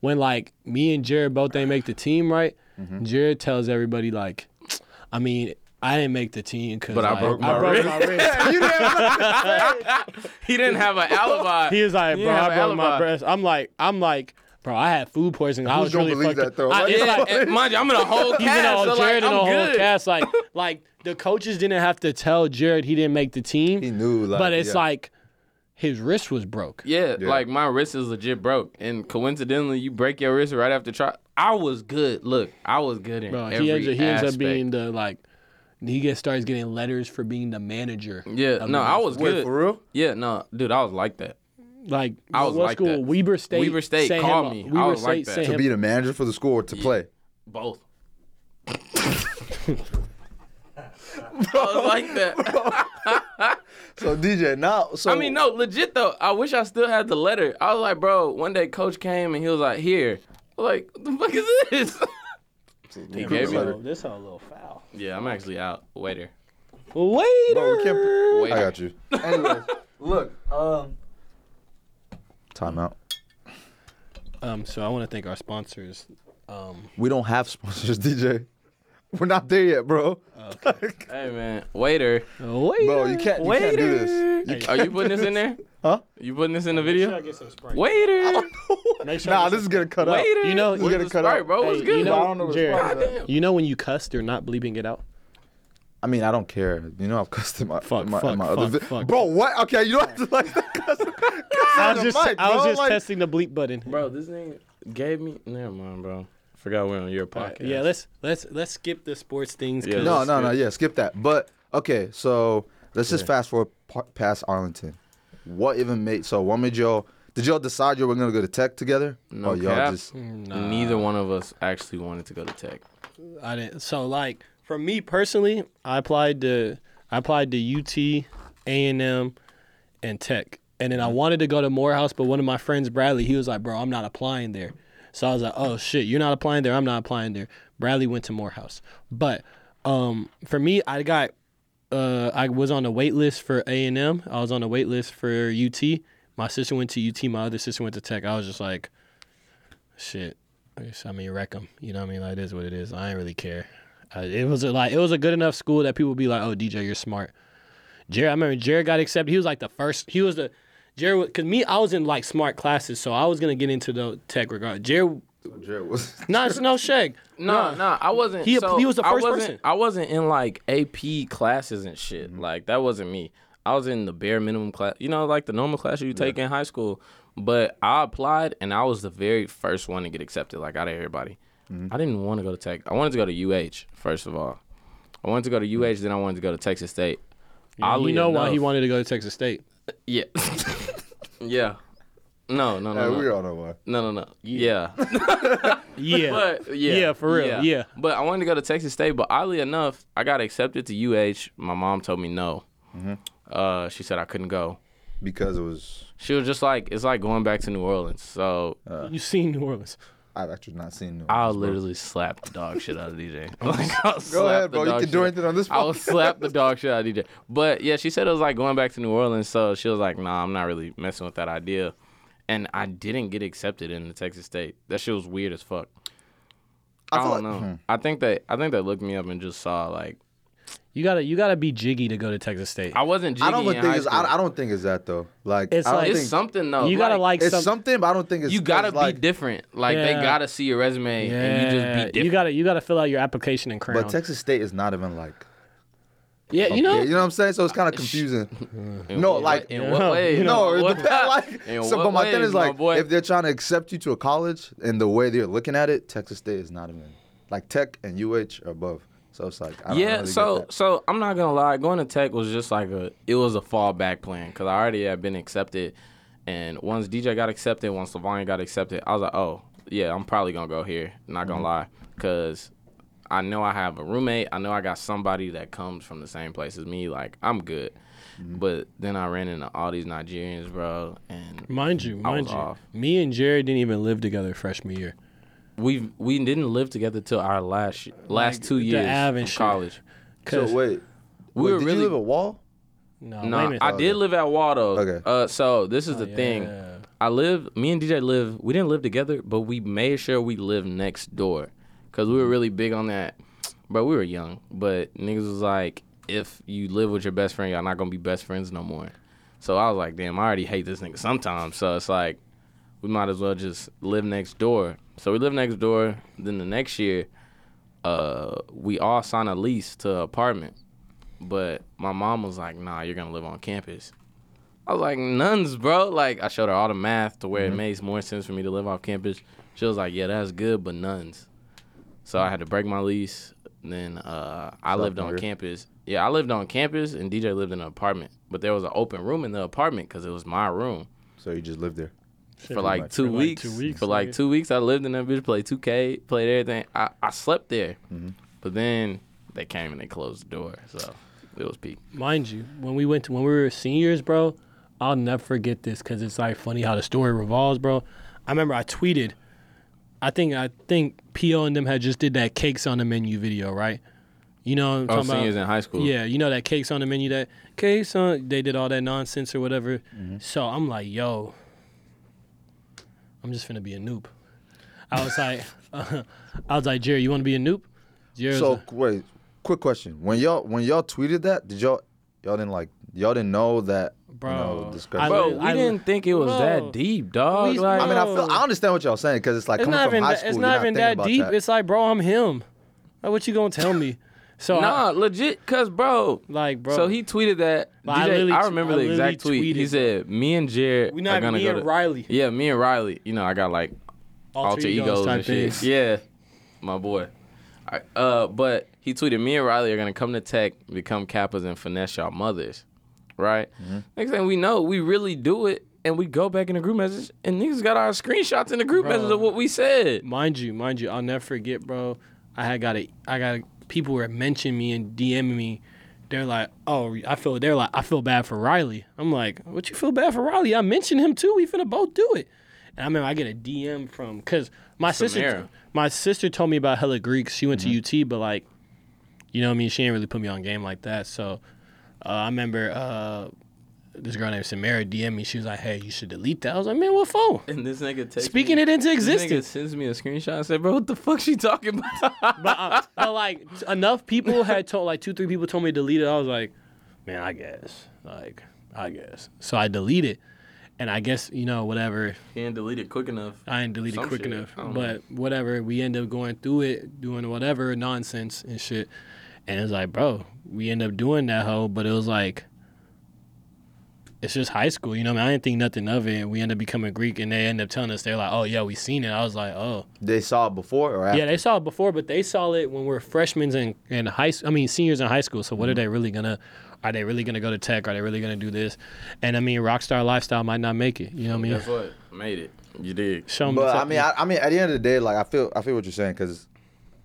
Speaker 4: when like me and Jared both they make the team, right?
Speaker 1: Mm-hmm.
Speaker 4: Jared tells everybody like, I mean, I didn't make the team because
Speaker 1: But I
Speaker 4: like,
Speaker 1: broke my
Speaker 4: broke
Speaker 1: wrist.
Speaker 4: my wrist.
Speaker 3: you didn't.
Speaker 1: he didn't have an alibi.
Speaker 4: he was like,
Speaker 1: He
Speaker 4: bro,
Speaker 1: didn't
Speaker 4: I
Speaker 1: have
Speaker 4: broke
Speaker 1: an
Speaker 4: my
Speaker 1: alibi.
Speaker 4: breast. I'm like, I'm like, bro, I had food poisoning. I
Speaker 3: Who's
Speaker 4: was
Speaker 3: gonna
Speaker 4: really
Speaker 3: believe
Speaker 4: fucked
Speaker 3: that,
Speaker 4: up.
Speaker 3: though?
Speaker 4: I,
Speaker 3: Like,
Speaker 4: it's
Speaker 1: Yeah,
Speaker 4: like,
Speaker 1: and mind you, I'm in a whole
Speaker 4: He's in a
Speaker 1: cast.
Speaker 4: whole,
Speaker 1: so, like,
Speaker 4: Jared in
Speaker 1: I'm
Speaker 4: a whole
Speaker 1: good.
Speaker 4: cast. Like, like the coaches didn't have to tell Jared he didn't make the team.
Speaker 3: He knew, like,
Speaker 4: but it's
Speaker 3: yeah.
Speaker 4: like his wrist was broke.
Speaker 1: Yeah,
Speaker 3: Yeah.
Speaker 1: like my wrist is legit broke, and coincidentally, you break your wrist right after try. I was good. Look, I was good in
Speaker 4: Bro,
Speaker 1: every
Speaker 4: he ends up, he ends up
Speaker 1: aspect.
Speaker 4: being the like he gets starts getting letters for being the manager.
Speaker 1: Yeah, no, I was
Speaker 3: Wait,
Speaker 1: good.
Speaker 3: for real?
Speaker 1: Yeah, no, dude, I was like that.
Speaker 4: Like
Speaker 1: I was
Speaker 4: what
Speaker 1: like
Speaker 4: school?
Speaker 1: that.
Speaker 4: Weber State.
Speaker 1: Weber State
Speaker 4: sent
Speaker 1: called me.
Speaker 4: him-
Speaker 1: I
Speaker 4: Weber
Speaker 1: was like
Speaker 4: State
Speaker 1: that.
Speaker 4: sent
Speaker 3: To
Speaker 4: him-
Speaker 3: be the manager for the school or to play.
Speaker 1: Both. I was like that.
Speaker 3: So DJ, now so
Speaker 1: I mean, no, legit though. I wish I still had the letter. I was like, bro. One day, coach came and he was like, "Here." I was like, what the fuck is this?
Speaker 3: He
Speaker 1: gave
Speaker 3: couldn't
Speaker 1: me
Speaker 3: let it-
Speaker 4: this whole little foul.
Speaker 1: yeah, I'm actually out. Waiter.
Speaker 3: Bro, we
Speaker 4: Waiter.
Speaker 3: can't. put-
Speaker 1: Waiter.
Speaker 3: I got you. Anyways, look. Um. Timeout.
Speaker 4: Um, so I want to thank our sponsors. Um,
Speaker 3: We don't have sponsors, DJ. We're not there yet, bro.
Speaker 1: Hey man, waiter.
Speaker 4: waiter.
Speaker 3: Bro, you can't. You can't do this. You
Speaker 1: Are you putting this in there?
Speaker 3: Huh?
Speaker 1: You putting this in the video?
Speaker 4: get some Sprite.
Speaker 1: Waiter.
Speaker 4: Make sure I
Speaker 3: Nah,
Speaker 4: get
Speaker 3: this is
Speaker 4: some-
Speaker 3: gonna cut out.
Speaker 1: Waiter.
Speaker 4: You know-
Speaker 1: Where's
Speaker 4: You
Speaker 3: gotta
Speaker 1: the
Speaker 3: cut
Speaker 1: Sprite,
Speaker 3: out.
Speaker 1: bro. What's
Speaker 4: Hey,
Speaker 1: good?
Speaker 4: you
Speaker 3: Nah, I
Speaker 4: know,
Speaker 3: don't know what's wrong with
Speaker 4: Jared, you know when you cuss, they're not bleeping it out.
Speaker 3: I mean, I don't care. You know, I've cussed in my,
Speaker 4: Fuck,
Speaker 3: in my, in
Speaker 4: fuck,
Speaker 3: my other
Speaker 4: fuck,
Speaker 3: vi-
Speaker 4: fuck.
Speaker 3: Bro, what? Okay, you don't have to like cuss.
Speaker 4: I was
Speaker 3: the
Speaker 4: just,
Speaker 3: mic,
Speaker 4: I was
Speaker 3: bro,
Speaker 4: just
Speaker 3: like-
Speaker 4: testing the bleep button.
Speaker 1: bro, this thing gave me. Never mind, bro. Forgot we're on your
Speaker 4: All right,
Speaker 1: podcast.
Speaker 4: yeah, let's let's let's skip the sports things.
Speaker 1: Yeah,
Speaker 4: 'cause-
Speaker 3: No,
Speaker 1: Let's
Speaker 3: no, no.
Speaker 1: skip.
Speaker 3: Yeah, skip that. But okay, so let's just fast forward pa- past Arlington. What even made so? What made y'all? Did y'all decide you were gonna go to Tech together?
Speaker 1: No
Speaker 3: or y'all
Speaker 1: cap.
Speaker 3: just
Speaker 1: Oh,
Speaker 4: Mm,
Speaker 1: Neither one of us actually wanted to go to tech.
Speaker 4: I didn't. So like for me personally, I applied to I applied to UT, A and M, and Tech, and then I wanted to go to Morehouse, but one of my friends, Bradley, he was like, "Bro, I'm not applying there." So I was like, "Oh shit, you're not applying there. I'm not applying there." Bradley went to Morehouse, but um, for me, I got uh, I was on the wait list for A and M. I was on the wait list for UT. My sister went to UT. My other sister went to Tech. I was just like, shit. I guess, I mean, wreck them. You know what I mean? Like, it is what it is. I ain't really care. Uh, it was a, like it was a good enough school that people be like, "Oh, DJ, you're smart." Jared, I remember Jared got accepted. He was like the first. He was the Jared because me, I was in like smart classes, so I was gonna get into the tech regard. Jared,
Speaker 3: Jared was.
Speaker 4: no, it's no shag.
Speaker 1: No, no, I wasn't.
Speaker 4: He-
Speaker 1: so
Speaker 4: he was the first
Speaker 1: I wasn't,
Speaker 4: person.
Speaker 1: I wasn't in like AP classes and shit. Like that wasn't me. I was in the bare minimum class. You know, like the normal class you take in high school. But I applied and I was the very first one to get accepted, like out of everybody. I didn't want to go to Tech. I wanted to go to UH first of all. I wanted to go to UH, then I wanted to go to Texas State.
Speaker 4: Yeah, you
Speaker 1: Oddly
Speaker 4: know why
Speaker 1: enough-
Speaker 4: he wanted to go to Texas State.
Speaker 1: Yeah. yeah. No, no, no,
Speaker 3: Hey, we
Speaker 1: no,
Speaker 3: all know why.
Speaker 1: no, no, no. Yeah.
Speaker 4: Yeah.
Speaker 1: But yeah,
Speaker 4: Yeah, for real, yeah.
Speaker 1: But I wanted to go to Texas State, but oddly enough, I got accepted to UH. My mom told me no.
Speaker 3: Mm-hmm.
Speaker 1: Uh, she said I couldn't go.
Speaker 3: Because it was
Speaker 1: She was just like, it's like going back to New Orleans. So
Speaker 3: Oh, Uh.
Speaker 4: you seen New Orleans.
Speaker 3: I've actually not seen. New
Speaker 1: I'll
Speaker 3: Orleans, bro.
Speaker 1: literally slap the dog shit out of DJ. Like, I'll
Speaker 3: Go
Speaker 1: slap
Speaker 3: ahead,
Speaker 1: the
Speaker 3: bro. You
Speaker 1: dog
Speaker 3: can
Speaker 1: shit
Speaker 3: do
Speaker 1: out-
Speaker 3: anything on this.
Speaker 1: I will
Speaker 3: podcast.
Speaker 1: slap the dog shit out of DJ. But yeah, she said it was like going back to New Orleans, so she was like, "Nah, I'm not really messing with that idea." And I didn't get accepted in the Texas State. That shit was weird as fuck. I,
Speaker 3: feel
Speaker 1: don't
Speaker 3: like-
Speaker 1: know. I think that I think they looked me up and just saw like
Speaker 4: You gotta you gotta be jiggy to go to Texas State.
Speaker 1: I wasn't. Jiggy
Speaker 3: I don't
Speaker 1: in
Speaker 3: think
Speaker 1: high
Speaker 3: it's.
Speaker 1: school.
Speaker 3: I, I don't think it's that though. Like
Speaker 4: It's
Speaker 3: I don't
Speaker 4: like-
Speaker 1: it's
Speaker 3: think,
Speaker 1: something though.
Speaker 4: you gotta like,
Speaker 3: it's
Speaker 4: some-
Speaker 3: something, but I don't think it's.
Speaker 1: You gotta
Speaker 3: it's
Speaker 1: be
Speaker 3: like,
Speaker 1: different. Like
Speaker 4: Yeah.
Speaker 1: they gotta see your resume
Speaker 4: yeah.
Speaker 1: and you just be different.
Speaker 4: You gotta you gotta fill out your application and crown.
Speaker 3: But Texas State is not even like.
Speaker 4: yeah, you know.
Speaker 3: Yeah, you know what I'm saying? So it's kind of confusing.
Speaker 1: In
Speaker 3: no,
Speaker 1: what-
Speaker 3: like-
Speaker 1: in what way?
Speaker 3: no,
Speaker 1: In
Speaker 3: it
Speaker 1: what-
Speaker 3: depends. Like,
Speaker 1: in
Speaker 3: so,
Speaker 1: what
Speaker 3: but my thing
Speaker 1: ways,
Speaker 3: is
Speaker 1: my
Speaker 3: like,
Speaker 1: boy?
Speaker 3: if they're trying to accept you to a college and the way they're looking at it, Texas State is not even like Tech and UH are above. So it's like, I don't
Speaker 1: yeah,
Speaker 3: really get
Speaker 1: so
Speaker 3: that.
Speaker 1: so I'm not gonna lie, going to Tech was just like a it was a fallback plan because I already had been accepted, and once DJ got accepted, once Levine got accepted, I was like, oh yeah, I'm probably gonna go here. Not
Speaker 3: Mm-hmm.
Speaker 1: gonna lie, because I know I have a roommate, I know I got somebody that comes from the same place as me. Like I'm good,
Speaker 3: Mm-hmm.
Speaker 1: but then I ran into all these Nigerians, bro, and
Speaker 4: Mind you, mind
Speaker 1: was
Speaker 4: you,
Speaker 1: off.
Speaker 4: me and Jared didn't even live together freshman year.
Speaker 1: we we didn't live together till our last last
Speaker 4: Like,
Speaker 1: two
Speaker 4: the
Speaker 1: years
Speaker 4: Av and
Speaker 1: of
Speaker 4: shit.
Speaker 1: college.
Speaker 3: So
Speaker 4: 'Cause-
Speaker 3: wait,
Speaker 1: We
Speaker 3: wait,
Speaker 1: were
Speaker 3: did
Speaker 1: really
Speaker 3: you live a wall?
Speaker 4: no, wait a
Speaker 1: No,
Speaker 4: minute. Oh,
Speaker 1: I did live at Waldo.
Speaker 3: Okay.
Speaker 1: Uh, so this is the
Speaker 4: yeah.
Speaker 1: thing. I live. Me and DJ live. We didn't live together, but we made sure we lived next door, cause we were
Speaker 4: Mm.
Speaker 1: really big on that. But we were young. But niggas was like, if you live with your best friend, y'all not gonna be best friends no more. So I was like, damn, I already hate this nigga sometimes. So it's like, we might as well just live next door. So we lived next door. Then the next year, uh, we all signed a lease to an apartment. But my mom was like, nah, you're gonna live on campus. I was like, nuns, bro. Like, I showed her all the math to
Speaker 4: Mm-hmm.
Speaker 1: where it makes more sense for me to live off campus. She was like, yeah, that's good, but nuns. So I had to break my lease. Then uh, I lived on
Speaker 3: nigga.
Speaker 1: campus. Yeah, I lived on campus, and DJ lived in an apartment. But there was an open room in the apartment because it was my room
Speaker 3: So you just lived there.
Speaker 1: for like two
Speaker 4: For like
Speaker 1: weeks.
Speaker 4: two weeks,
Speaker 1: For like
Speaker 4: nigga.
Speaker 1: two weeks, I lived in that bitch. Played 2K, played everything. I, I slept there,
Speaker 4: Mm-hmm.
Speaker 1: but then they came and they closed the door. So it was peak.
Speaker 4: mind you, when we went to when we were seniors, bro, I'll never forget this because it's like funny how the story revolves, bro. I remember I tweeted, I think I think PO and them had just did that cakes on the menu video, right? You know what I'm
Speaker 1: Oh,
Speaker 4: talking about?
Speaker 1: seniors in high school.
Speaker 4: Yeah, you know that cakes on the menu that cakes on they did all that nonsense or whatever.
Speaker 3: Mm-hmm.
Speaker 4: So I'm like, yo, I'm just finna be a noob. I was like, I was like, Jerry, you want to be a noob? Jerry was
Speaker 3: So
Speaker 4: like,
Speaker 3: qu- wait, quick question: when y'all when y'all tweeted that, did y'all y'all didn't like y'all didn't know that? you know,
Speaker 4: Bro,
Speaker 3: discrepancy?
Speaker 4: I
Speaker 1: Bro,
Speaker 4: li-
Speaker 1: we didn't think it was
Speaker 4: Bro.
Speaker 1: that deep, dog.
Speaker 4: We-
Speaker 1: like,
Speaker 3: I mean, I
Speaker 4: No.
Speaker 3: feel I understand what y'all saying because it's like
Speaker 4: it's
Speaker 3: coming
Speaker 4: not
Speaker 3: from
Speaker 4: even
Speaker 3: high
Speaker 4: that,
Speaker 3: school.
Speaker 4: it's
Speaker 3: you're
Speaker 4: not even
Speaker 3: thinking
Speaker 4: that
Speaker 3: about
Speaker 4: deep. It's like, bro, I'm him. Like, what you gonna tell me? So I-
Speaker 1: nah, legit, cause bro.
Speaker 4: like, bro,
Speaker 1: So he tweeted that.
Speaker 4: Like, I
Speaker 1: DJ,
Speaker 4: literally
Speaker 1: I,
Speaker 4: t-
Speaker 1: remember
Speaker 4: I
Speaker 1: the exact
Speaker 4: literally
Speaker 1: tweet. He
Speaker 4: tweeted.
Speaker 1: said, "Me and Jared
Speaker 4: We not-
Speaker 1: are gonna
Speaker 4: me
Speaker 1: go
Speaker 4: and
Speaker 1: to
Speaker 4: Riley.
Speaker 1: Yeah, me and Riley. You know, I got like alter egos and shit.
Speaker 4: things.
Speaker 1: Yeah, my boy. I, uh, but he tweeted, "Me and Riley are gonna come to Tech, become Kappas, and finesse y'all mothers." Right. Next thing we know, we really do it, and we go back in the group message, and niggas got our screenshots in the group
Speaker 4: Bro.
Speaker 1: message of what we said.
Speaker 4: Mind you, mind you, I'll never forget, bro. I had got a, I got a, people were mentioning me and DMing me. They're like, oh, I feel. They're like, I feel bad for Riley. I'm like, what you feel bad for Riley? I mentioned him too. We finna both do it. And I remember I get a DM from because my
Speaker 1: Samara.
Speaker 4: sister, my sister told me about hella Greeks. She went to UT, but like, you know what I mean. She didn't really put me on game like that. So uh, I remember uh, this girl named Samara DM me. She was like, hey, you should delete that. I was like, man, what for?
Speaker 1: And this nigga takes
Speaker 4: Speaking it into existence.
Speaker 1: sends me a screenshot and said, "Bro, what the fuck she talking about?"
Speaker 4: but, uh, but like t- enough people had told like two three people told me to delete it i was like man i guess like i guess so i delete it and i guess you know whatever
Speaker 1: he didn't delete it quick enough.
Speaker 4: i didn't delete it
Speaker 1: Some
Speaker 4: quick
Speaker 1: shit.
Speaker 4: enough
Speaker 1: I don't
Speaker 4: but whatever we end up going through it doing whatever nonsense and shit and it's like bro we end up doing that hoe but it was like it's just high school. You know, I, mean, I didn't think nothing of it. We end up becoming Greek, and they end up telling us they're like, "Oh yeah, we seen it." I was like, "Oh
Speaker 3: They saw it before or after?
Speaker 4: yeah, they saw it before, but they saw it when we are freshmen and and high. I mean, seniors in high school. So what
Speaker 3: Mm-hmm.
Speaker 4: are they really gonna? Are they really gonna go to tech? Are they really gonna do this? And I mean, rockstar lifestyle might not make it. You know what I mean?
Speaker 1: Guess what? Made it. You did.
Speaker 4: Show 'em
Speaker 3: But
Speaker 4: the
Speaker 3: I mean, I, I mean, at the end of the day, like I feel, I feel what you're saying because,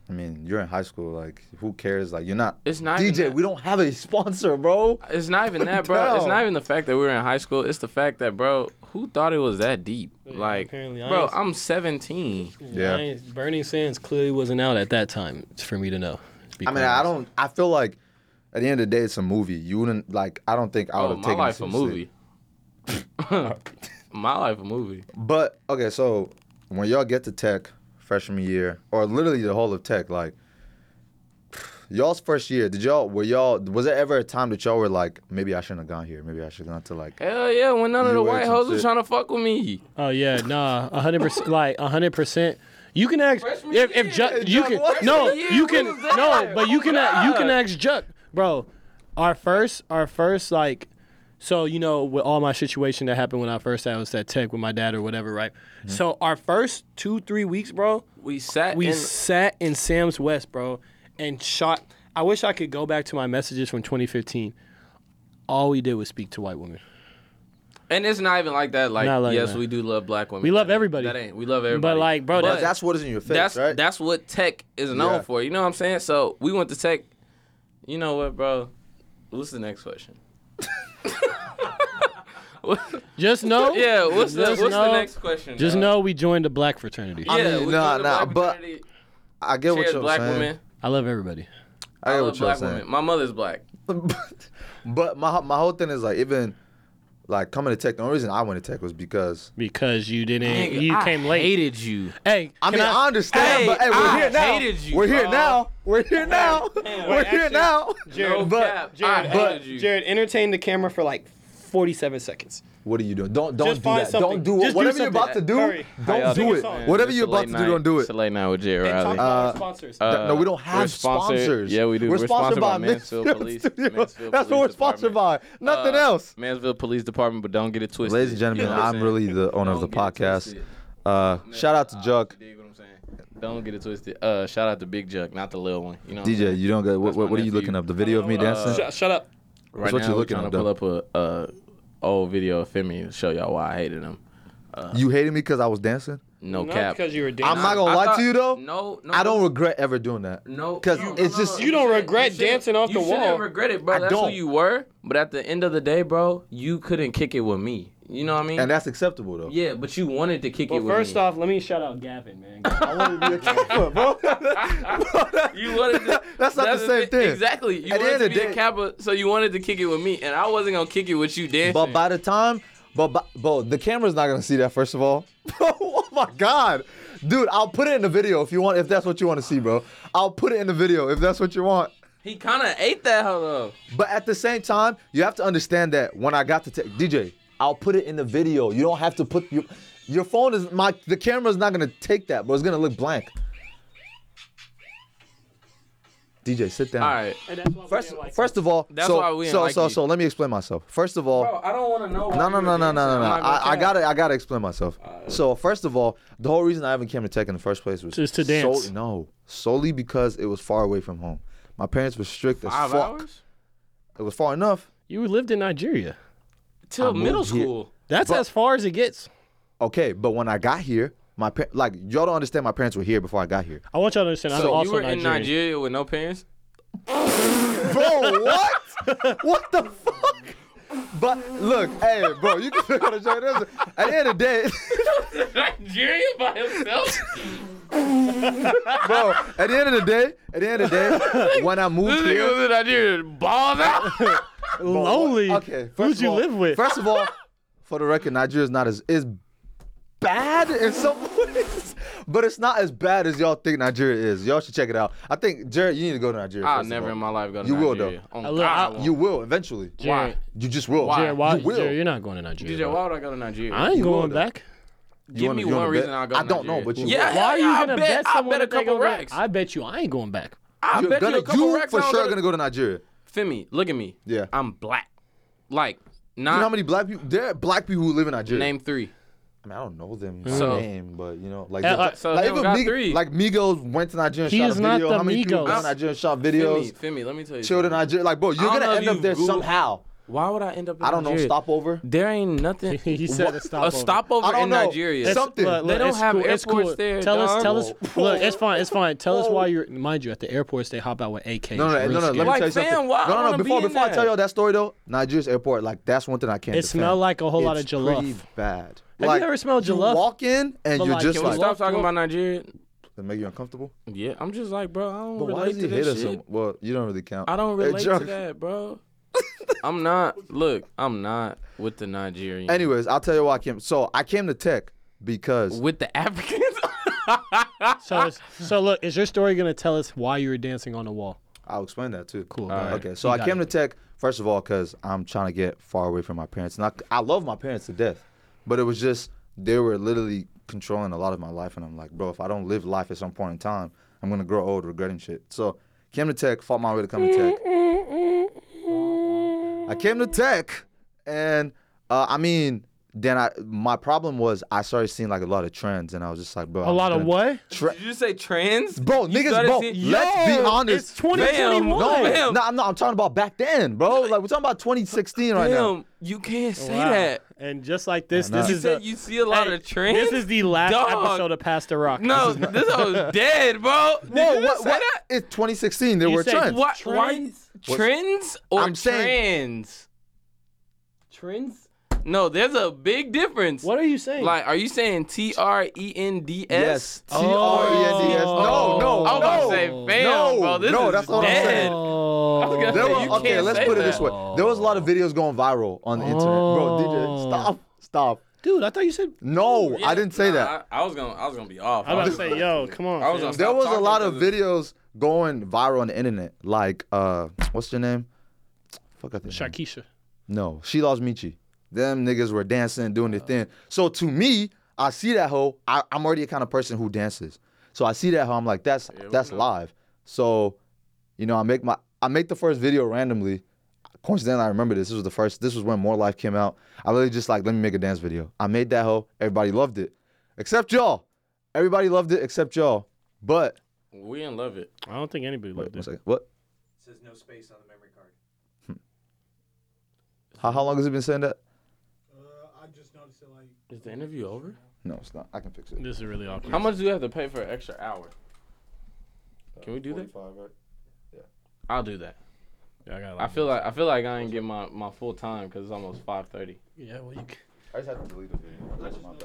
Speaker 3: I mean, you're in high school. Like, who cares? Like, you're not.
Speaker 1: It's not
Speaker 3: DJ.
Speaker 1: even that-
Speaker 3: We don't have a sponsor, bro.
Speaker 1: It's not even that, bro. It's not even the fact that we were in high school. It's the fact that, bro, who thought it was that deep? Like,
Speaker 4: apparently I
Speaker 1: bro,
Speaker 4: ain't-
Speaker 1: I'm 17.
Speaker 3: Yeah.
Speaker 4: Lions- Burning Sands clearly wasn't out at that time for me to know.
Speaker 3: I mean, I don't. I feel like at the end of the day, it's a movie. You wouldn't like. I don't think I would
Speaker 1: Oh,
Speaker 3: have
Speaker 1: my
Speaker 3: taken
Speaker 1: life
Speaker 3: it
Speaker 1: a
Speaker 3: seriously.
Speaker 1: movie. my life a movie.
Speaker 3: But okay, so when y'all get to tech freshman year, or literally the whole of tech, like y'all's first year, did y'all were y'all was there ever a time that y'all were like, maybe I shouldn't have gone here, maybe I should have gone to like
Speaker 1: Hell yeah, when none of
Speaker 3: You
Speaker 1: the
Speaker 3: were
Speaker 1: white
Speaker 3: some
Speaker 1: hoes was
Speaker 3: shit.
Speaker 1: trying to fuck with me.
Speaker 4: Oh yeah, nah, hundred percent. Like hundred percent. You can ask
Speaker 1: Freshman
Speaker 4: if, if
Speaker 1: year,
Speaker 4: Ju- you
Speaker 3: Juck,
Speaker 4: can
Speaker 3: what?
Speaker 4: no
Speaker 1: Freshman year,
Speaker 4: you
Speaker 1: we
Speaker 4: can
Speaker 1: was there.
Speaker 4: no but you
Speaker 1: Oh,
Speaker 4: can a- you can
Speaker 1: God.
Speaker 4: ask Juck, bro. Our first our first like so you know with all my situation that happened when I first I was at Tech with my dad or whatever right. So our first two three weeks, bro,
Speaker 1: We sat
Speaker 4: we
Speaker 1: in.
Speaker 4: sat in Sam's West, bro, and shot. I wish I could go back to my messages from 2015. All we did was speak to white women.
Speaker 1: And it's not even like that. Like,
Speaker 4: Not like
Speaker 1: yes,
Speaker 4: that.
Speaker 1: we do love black women.
Speaker 4: We love
Speaker 1: That ain't-
Speaker 4: everybody.
Speaker 1: That ain't. We love everybody.
Speaker 4: like, bro,
Speaker 3: But that's what is in your face,
Speaker 1: that's
Speaker 3: right?
Speaker 1: that's what tech is known
Speaker 3: Yeah.
Speaker 1: for. You know what I'm saying? So we went to tech. You know what, bro? What's the next question?
Speaker 4: Just know,
Speaker 1: Yeah, what's the
Speaker 4: Just
Speaker 1: what's the
Speaker 4: know-
Speaker 1: next question?
Speaker 4: Just
Speaker 1: dog?
Speaker 4: know we joined a black fraternity.
Speaker 1: Yeah,
Speaker 3: mean,
Speaker 1: we
Speaker 3: nah,
Speaker 1: joined the
Speaker 3: nah,
Speaker 1: black
Speaker 3: but
Speaker 1: fraternity,
Speaker 3: I get what
Speaker 1: shared
Speaker 3: you're
Speaker 1: black
Speaker 3: saying.
Speaker 1: women.
Speaker 4: I love everybody.
Speaker 1: I
Speaker 3: I get
Speaker 1: love
Speaker 3: what you're
Speaker 1: black
Speaker 3: saying.
Speaker 1: women. My mother's black.
Speaker 3: but, but my my whole thing is like even like coming to tech, the only reason I went to tech was because
Speaker 4: because you didn't.
Speaker 1: Nigga,
Speaker 4: you
Speaker 1: I
Speaker 4: came late.
Speaker 1: Hated you.
Speaker 4: Hey,
Speaker 3: I
Speaker 4: can
Speaker 3: mean, I, understand,
Speaker 1: Hey,
Speaker 3: but hey, we're
Speaker 1: I
Speaker 3: here now.
Speaker 1: hated you,
Speaker 3: we're here
Speaker 1: dog.
Speaker 3: now. We're here now. we're here
Speaker 4: actually,
Speaker 3: now.
Speaker 1: Jared-
Speaker 3: but
Speaker 1: cap. Jared, I
Speaker 3: but-
Speaker 1: hated you.
Speaker 5: Jared, entertain the camera for like 47 seconds.
Speaker 3: What are you doing? Don't don't
Speaker 5: Just
Speaker 3: do
Speaker 5: find
Speaker 3: that.
Speaker 5: something.
Speaker 3: Don't do it.
Speaker 5: Just do
Speaker 3: Whatever you're
Speaker 5: something.
Speaker 3: about to do,
Speaker 5: Hurry.
Speaker 3: don't
Speaker 5: Hurry up.
Speaker 3: do
Speaker 5: Sing a
Speaker 3: it.
Speaker 5: song.
Speaker 3: Whatever
Speaker 1: It's
Speaker 3: you're
Speaker 1: a
Speaker 3: about
Speaker 1: late
Speaker 3: to
Speaker 1: night-
Speaker 3: do, don't do it.
Speaker 1: It's a late night with Jay
Speaker 5: And talk
Speaker 1: Riley.
Speaker 5: about our
Speaker 3: Uh,
Speaker 5: sponsors.
Speaker 1: Uh,
Speaker 3: no, we don't have
Speaker 1: we're sponsored-
Speaker 3: sponsors.
Speaker 1: yeah, we do.
Speaker 3: We're,
Speaker 1: We're
Speaker 3: sponsored
Speaker 1: sponsored
Speaker 3: by
Speaker 1: by Mansfield Police-
Speaker 3: Studios.
Speaker 1: Mansfield
Speaker 3: That's what we're
Speaker 1: Police
Speaker 3: sponsored by.
Speaker 1: Department.
Speaker 3: Nothing
Speaker 1: Uh,
Speaker 3: else.
Speaker 1: Mansville Police Department, but don't get it twisted.
Speaker 3: Ladies and gentlemen,
Speaker 1: You know what
Speaker 3: I'm
Speaker 1: saying?
Speaker 3: really the owner of the
Speaker 1: Don't get it
Speaker 3: podcast.
Speaker 1: twisted.
Speaker 3: Uh, shout out to
Speaker 1: Ah,
Speaker 3: Juck.
Speaker 1: you dig what I'm saying? Don't get it twisted. Uh, shout out to Big Juck, not the little one. You know what I'm
Speaker 3: DJ,
Speaker 1: saying?
Speaker 3: you don't get what,
Speaker 1: That's my
Speaker 3: what, what are you
Speaker 1: nephew. Uh,
Speaker 3: looking up? The video of me dancing?
Speaker 5: shut, shut up.
Speaker 1: Right
Speaker 3: what
Speaker 1: now,
Speaker 3: you
Speaker 1: we're
Speaker 3: looking
Speaker 1: trying
Speaker 3: up,
Speaker 1: to pull up a uh, old video of Femi and show y'all why I hated him.
Speaker 3: you hated me because I was dancing?
Speaker 1: No
Speaker 5: Not
Speaker 1: cap.
Speaker 5: because you were
Speaker 3: I'm
Speaker 5: dancing.
Speaker 3: not going to
Speaker 1: I
Speaker 3: lie
Speaker 1: thought-
Speaker 3: to you, though.
Speaker 1: No, no.
Speaker 3: I don't regret ever doing that.
Speaker 1: No,
Speaker 3: 'Cause
Speaker 1: no,
Speaker 3: it's
Speaker 1: no, no,
Speaker 3: just-
Speaker 1: no.
Speaker 5: You don't
Speaker 1: shouldn't-
Speaker 5: regret
Speaker 1: shouldn't-
Speaker 5: dancing off
Speaker 1: you
Speaker 5: the wall.
Speaker 1: shouldn't regret it, bro.
Speaker 3: I
Speaker 1: That's
Speaker 3: don't.
Speaker 1: who you were. But at the end of the day, bro, you couldn't kick it with me. You know what I mean?
Speaker 3: And that's acceptable, though.
Speaker 1: yeah, but you wanted to kick
Speaker 4: well,
Speaker 1: it with
Speaker 4: first
Speaker 1: me.
Speaker 4: off, let me shout out Gavin, man.
Speaker 3: I wanted to be a Kappa, bro.
Speaker 1: you wanted to,
Speaker 3: That's not the
Speaker 1: the
Speaker 3: same
Speaker 1: thi-
Speaker 3: thing.
Speaker 1: Exactly. You
Speaker 3: At the
Speaker 1: wanted
Speaker 3: end
Speaker 1: to
Speaker 3: of
Speaker 1: be
Speaker 3: the
Speaker 1: a
Speaker 3: day-
Speaker 1: Kappa, so you wanted to kick it with me, and I wasn't gonna kick it with you dancing.
Speaker 3: But by the time, but by, bro, the camera's not gonna see that. First of all, oh my god, dude, I'll put it in the video if you want. If that's what you want to see, bro, I'll put it in the video if that's what you want.
Speaker 1: he kind of ate that hoe
Speaker 3: But at the same time, you have to understand that when I got to tech, DJ, I'll put it in the video. You don't have to put your your phone is my the camera's not gonna take that, bro. It's gonna look blank. DJ, sit down.
Speaker 1: though. All right.
Speaker 3: First, first of all,
Speaker 1: That's
Speaker 3: so
Speaker 1: why we didn't
Speaker 3: so
Speaker 1: like
Speaker 3: so
Speaker 1: you.
Speaker 3: so let me explain myself. First of all,
Speaker 1: I don't want to know.
Speaker 3: no, no, no, no, no, no, no. I, I gotta, I gotta explain myself. so first of all, the whole reason I even came to Tech in the first place was
Speaker 4: Just to dance.
Speaker 3: sol- no, solely because it was far away from home. My parents were strict as
Speaker 1: Five
Speaker 3: fuck.
Speaker 1: hours
Speaker 3: It was far enough.
Speaker 4: you lived in Nigeria.
Speaker 1: till
Speaker 3: moved
Speaker 1: middle
Speaker 3: here.
Speaker 1: school.
Speaker 4: That's as far as it gets.
Speaker 3: Okay, but when I got here, my par- like y'all don't understand. My parents were here before I got here.
Speaker 4: I want y'all to understand. I'm
Speaker 1: So
Speaker 4: also
Speaker 1: you were in
Speaker 4: Nigerian.
Speaker 1: Nigeria with no parents.
Speaker 3: Bro, what? what the fuck? But look, hey, bro, you can look at the At the end of the day,
Speaker 1: Nigeria by himself.
Speaker 3: bro. At the end of the day, at the end of the day, when I
Speaker 1: this
Speaker 3: moved here,
Speaker 1: nigga was in Nigeria, balls out.
Speaker 4: Lonely.
Speaker 3: Okay.
Speaker 4: Who'd
Speaker 3: first of
Speaker 4: you
Speaker 3: all-
Speaker 4: live with?
Speaker 3: First of all, for the record, Nigeria's not as is bad in some ways, but it's not as bad as y'all think Nigeria is. Y'all should check it out. I think Jared, you need to go to Nigeria.
Speaker 1: I'll
Speaker 3: first of
Speaker 1: Ah, never
Speaker 3: all.
Speaker 1: in my life go to
Speaker 3: You will,
Speaker 1: Nigeria.
Speaker 3: though.
Speaker 1: Oh,
Speaker 4: I look-
Speaker 1: God,
Speaker 4: I-
Speaker 1: I won't.
Speaker 3: You will eventually.
Speaker 4: Jared,
Speaker 1: Why?
Speaker 3: You just will.
Speaker 1: Why?
Speaker 4: Jared, why,
Speaker 3: You will.
Speaker 4: Jared, you're not going to Nigeria.
Speaker 1: DJ,
Speaker 4: bro.
Speaker 1: why would I go to Nigeria?
Speaker 4: I ain't
Speaker 3: You will,
Speaker 4: going
Speaker 3: though.
Speaker 4: back.
Speaker 3: You
Speaker 1: Give
Speaker 3: wanna-
Speaker 1: me
Speaker 3: you wanna
Speaker 1: one
Speaker 3: bet?
Speaker 1: reason I'll go.
Speaker 3: I
Speaker 1: to
Speaker 3: don't know,
Speaker 1: Nigeria.
Speaker 3: but you
Speaker 1: Yeah, yeah,
Speaker 3: will.
Speaker 4: Why are you
Speaker 1: yeah,
Speaker 4: gonna
Speaker 1: I bet,
Speaker 4: bet
Speaker 1: I
Speaker 4: someone
Speaker 1: bet a
Speaker 4: that they
Speaker 1: couple
Speaker 4: gonna go-
Speaker 1: racks.
Speaker 4: I bet you I ain't going back.
Speaker 1: I
Speaker 3: You're
Speaker 1: bet you
Speaker 3: gonna,
Speaker 1: a couple
Speaker 3: you
Speaker 1: racks.
Speaker 3: for
Speaker 1: I don't
Speaker 3: sure
Speaker 1: go
Speaker 3: gonna
Speaker 1: to-
Speaker 3: go to Nigeria.
Speaker 1: Femi, look at me.
Speaker 3: Yeah.
Speaker 1: I'm black. Like
Speaker 3: you know how
Speaker 1: Not
Speaker 3: many black people? There are black people who live in Nigeria.
Speaker 1: name three.
Speaker 3: I mean, I don't know them
Speaker 1: So-
Speaker 3: by name, but you know, like,
Speaker 4: Yeah,
Speaker 3: the-
Speaker 4: like-
Speaker 1: so
Speaker 3: like
Speaker 1: he
Speaker 3: even
Speaker 1: got
Speaker 3: Mig-
Speaker 1: three.
Speaker 3: like Migos went to Nigeria and
Speaker 4: He
Speaker 3: shot
Speaker 4: is
Speaker 3: a
Speaker 4: not
Speaker 3: video.
Speaker 4: the
Speaker 3: how many people
Speaker 4: Migos.
Speaker 3: went to Nigeria and shot
Speaker 1: Femi,
Speaker 3: videos?
Speaker 1: Femi, let me tell you.
Speaker 3: Children
Speaker 1: something.
Speaker 3: Nigeria, like, bro, you're
Speaker 1: I don't
Speaker 3: gonna
Speaker 1: know if
Speaker 3: end up
Speaker 1: you've
Speaker 3: there
Speaker 1: Googled-
Speaker 3: somehow.
Speaker 1: Why would I end up? In
Speaker 3: I don't know.
Speaker 1: Nigeria?
Speaker 3: Stopover.
Speaker 1: There ain't nothing.
Speaker 4: he said a
Speaker 1: a
Speaker 4: stopover.
Speaker 1: stopover
Speaker 3: I don't
Speaker 1: in
Speaker 3: know.
Speaker 1: Nigeria.
Speaker 3: Some- Something. They
Speaker 1: don't
Speaker 4: it's
Speaker 1: have
Speaker 4: it's
Speaker 1: airports there,
Speaker 4: Tell us,
Speaker 1: dog.
Speaker 4: tell us.
Speaker 3: Whoa.
Speaker 4: Look, it's fine, it's fine. Tell us
Speaker 3: Whoa.
Speaker 4: why you're. Mind you, at the airports they hop out with AKs.
Speaker 3: No, no, no,
Speaker 4: Real
Speaker 3: no, no. Let
Speaker 4: scary.
Speaker 3: me
Speaker 1: Like,
Speaker 3: tell you
Speaker 1: fam,
Speaker 3: something.
Speaker 1: why I
Speaker 3: no, no,
Speaker 1: wanna
Speaker 3: no.
Speaker 1: be
Speaker 3: Before,
Speaker 1: in
Speaker 3: before I
Speaker 1: there?
Speaker 3: tell y'all that story though, Nigeria's airport, like that's one thing I can't.
Speaker 4: It
Speaker 3: defend.
Speaker 4: smelled like a whole lot
Speaker 3: It's
Speaker 4: of jollof.
Speaker 3: Pretty bad.
Speaker 4: you
Speaker 3: Like,
Speaker 4: ever smelled
Speaker 3: you
Speaker 4: jollof?
Speaker 3: walk in and
Speaker 4: But
Speaker 3: you're
Speaker 4: like,
Speaker 3: just
Speaker 1: Can
Speaker 4: can
Speaker 1: we
Speaker 3: like,
Speaker 1: stop
Speaker 4: Like-
Speaker 1: talking about Nigeria?
Speaker 3: that make you uncomfortable.
Speaker 1: Yeah, I'm just like, bro, I don't
Speaker 3: But
Speaker 1: relate
Speaker 3: why does he
Speaker 1: to
Speaker 3: hit
Speaker 1: this
Speaker 3: us?
Speaker 1: shit.
Speaker 3: so- Well, you don't really count.
Speaker 1: I don't
Speaker 3: Hey,
Speaker 1: relate to
Speaker 3: Jerk.
Speaker 1: that, bro. I'm not. Look, I'm not with the Nigerians.
Speaker 3: Anyways, I'll tell you why I came. So I came to Tech because
Speaker 1: with the Africans.
Speaker 4: So, it's, so look, is your story gonna tell us why you were dancing on the wall?
Speaker 3: I'll explain that too.
Speaker 4: Cool, All go right. ahead.
Speaker 3: Okay, so
Speaker 4: You
Speaker 3: I
Speaker 4: got
Speaker 3: came
Speaker 4: it.
Speaker 3: to Tech first of all because I'm trying to get far away from my parents, and I, I love my parents to death, but it was just they were literally controlling a lot of my life, and I'm like, bro, if I don't live life at some point in time, I'm gonna grow old regretting shit. So came to Tech, fought my way to come to Tech. I came to Tech, and uh, I mean, then I my problem was I started seeing like a lot of trends, and I was just like, bro,
Speaker 4: A lot of what?
Speaker 1: Did you say trans?
Speaker 3: Bro,
Speaker 1: You
Speaker 3: niggas,
Speaker 1: started
Speaker 3: bro,
Speaker 1: seeing-
Speaker 3: let's be honest.
Speaker 4: It's
Speaker 1: Bam,
Speaker 4: 2021.
Speaker 3: No,
Speaker 1: Fam.
Speaker 3: no, I'm not. I'm talking about back then, bro. Like we're talking about 2016 right now.
Speaker 1: Damn, you can't say
Speaker 4: Wow.
Speaker 1: that.
Speaker 4: And just like this,
Speaker 3: I
Speaker 4: this
Speaker 3: know.
Speaker 1: You
Speaker 4: is
Speaker 1: said
Speaker 4: the,
Speaker 1: you see a lot
Speaker 4: Hey,
Speaker 1: of trans.
Speaker 4: This is the last
Speaker 1: Dog.
Speaker 4: episode of Past the Rock.
Speaker 1: no. This hoe is dead, bro. Did
Speaker 3: Bro,
Speaker 1: you just
Speaker 3: what?
Speaker 1: say
Speaker 3: What?
Speaker 1: that?
Speaker 3: It's 2016. There
Speaker 4: You
Speaker 3: were
Speaker 4: said
Speaker 3: trends.
Speaker 1: What?
Speaker 4: Trans?
Speaker 1: Why? Trends or
Speaker 3: I'm saying-
Speaker 1: trans?
Speaker 4: trends.
Speaker 1: No, there's a big difference.
Speaker 4: What are you saying?
Speaker 1: Like, are you saying T R E N D S? Oh.
Speaker 3: Yes. T R E N D S. No, no,
Speaker 1: I was about to
Speaker 3: no.
Speaker 1: say, fam,
Speaker 3: no,
Speaker 1: bro, this
Speaker 3: no,
Speaker 1: is
Speaker 3: that's not what I'm
Speaker 1: dead.
Speaker 3: saying.
Speaker 4: Oh.
Speaker 1: was gonna
Speaker 3: There
Speaker 1: say,
Speaker 3: were,
Speaker 1: you
Speaker 3: okay,
Speaker 1: can't
Speaker 3: let's
Speaker 1: say
Speaker 3: put it
Speaker 1: that.
Speaker 3: this way. There was a lot of videos going viral on the internet. Bro,
Speaker 4: Oh.
Speaker 3: DJ, stop, stop.
Speaker 4: Dude, I thought you said.
Speaker 3: No, I didn't say
Speaker 1: Oh, Nah,
Speaker 3: that.
Speaker 1: I, I was gonna, I was gonna be off.
Speaker 4: I was about to say, yo, come on.
Speaker 1: I was
Speaker 4: fam.
Speaker 1: gonna
Speaker 3: there
Speaker 1: stop
Speaker 3: was a
Speaker 1: talking
Speaker 3: lot
Speaker 1: 'cause
Speaker 3: of videos going viral on the internet. Like, uh, what's your name? Fuck, I think.
Speaker 4: Shakisha.
Speaker 3: No, she lost Michi. Them niggas were dancing, doing
Speaker 1: Uh.
Speaker 3: their thing. So to me, I see that hoe. I, I'm already the kind of person who dances. So I see that hoe. I'm like, that's that's live. So, you know, I make my I make the first video randomly. Coincidentally, I remember this. This was the first. This was when More Life came out. I really just like let me make a dance video. I made that hoe. Everybody loved it, except y'all. Everybody loved it except y'all. But
Speaker 1: we didn't love it.
Speaker 4: I don't think anybody
Speaker 3: wait
Speaker 4: loved
Speaker 3: one
Speaker 4: it.
Speaker 3: second. What?
Speaker 2: says no space on the memory card.
Speaker 3: How, how long has it been saying that?
Speaker 2: Uh, I just noticed it like
Speaker 1: Is the interview over?
Speaker 3: No, it's not. I can fix it.
Speaker 4: This is really awkward.
Speaker 1: How much do you have to pay for an extra hour? Can we do that?
Speaker 3: Right?
Speaker 1: I'll do that.
Speaker 4: Yeah, I, got
Speaker 1: I feel like I feel like I ain't get my, my full time because it's almost five thirty.
Speaker 4: Yeah, well, you. Can.
Speaker 3: I just have to delete the video.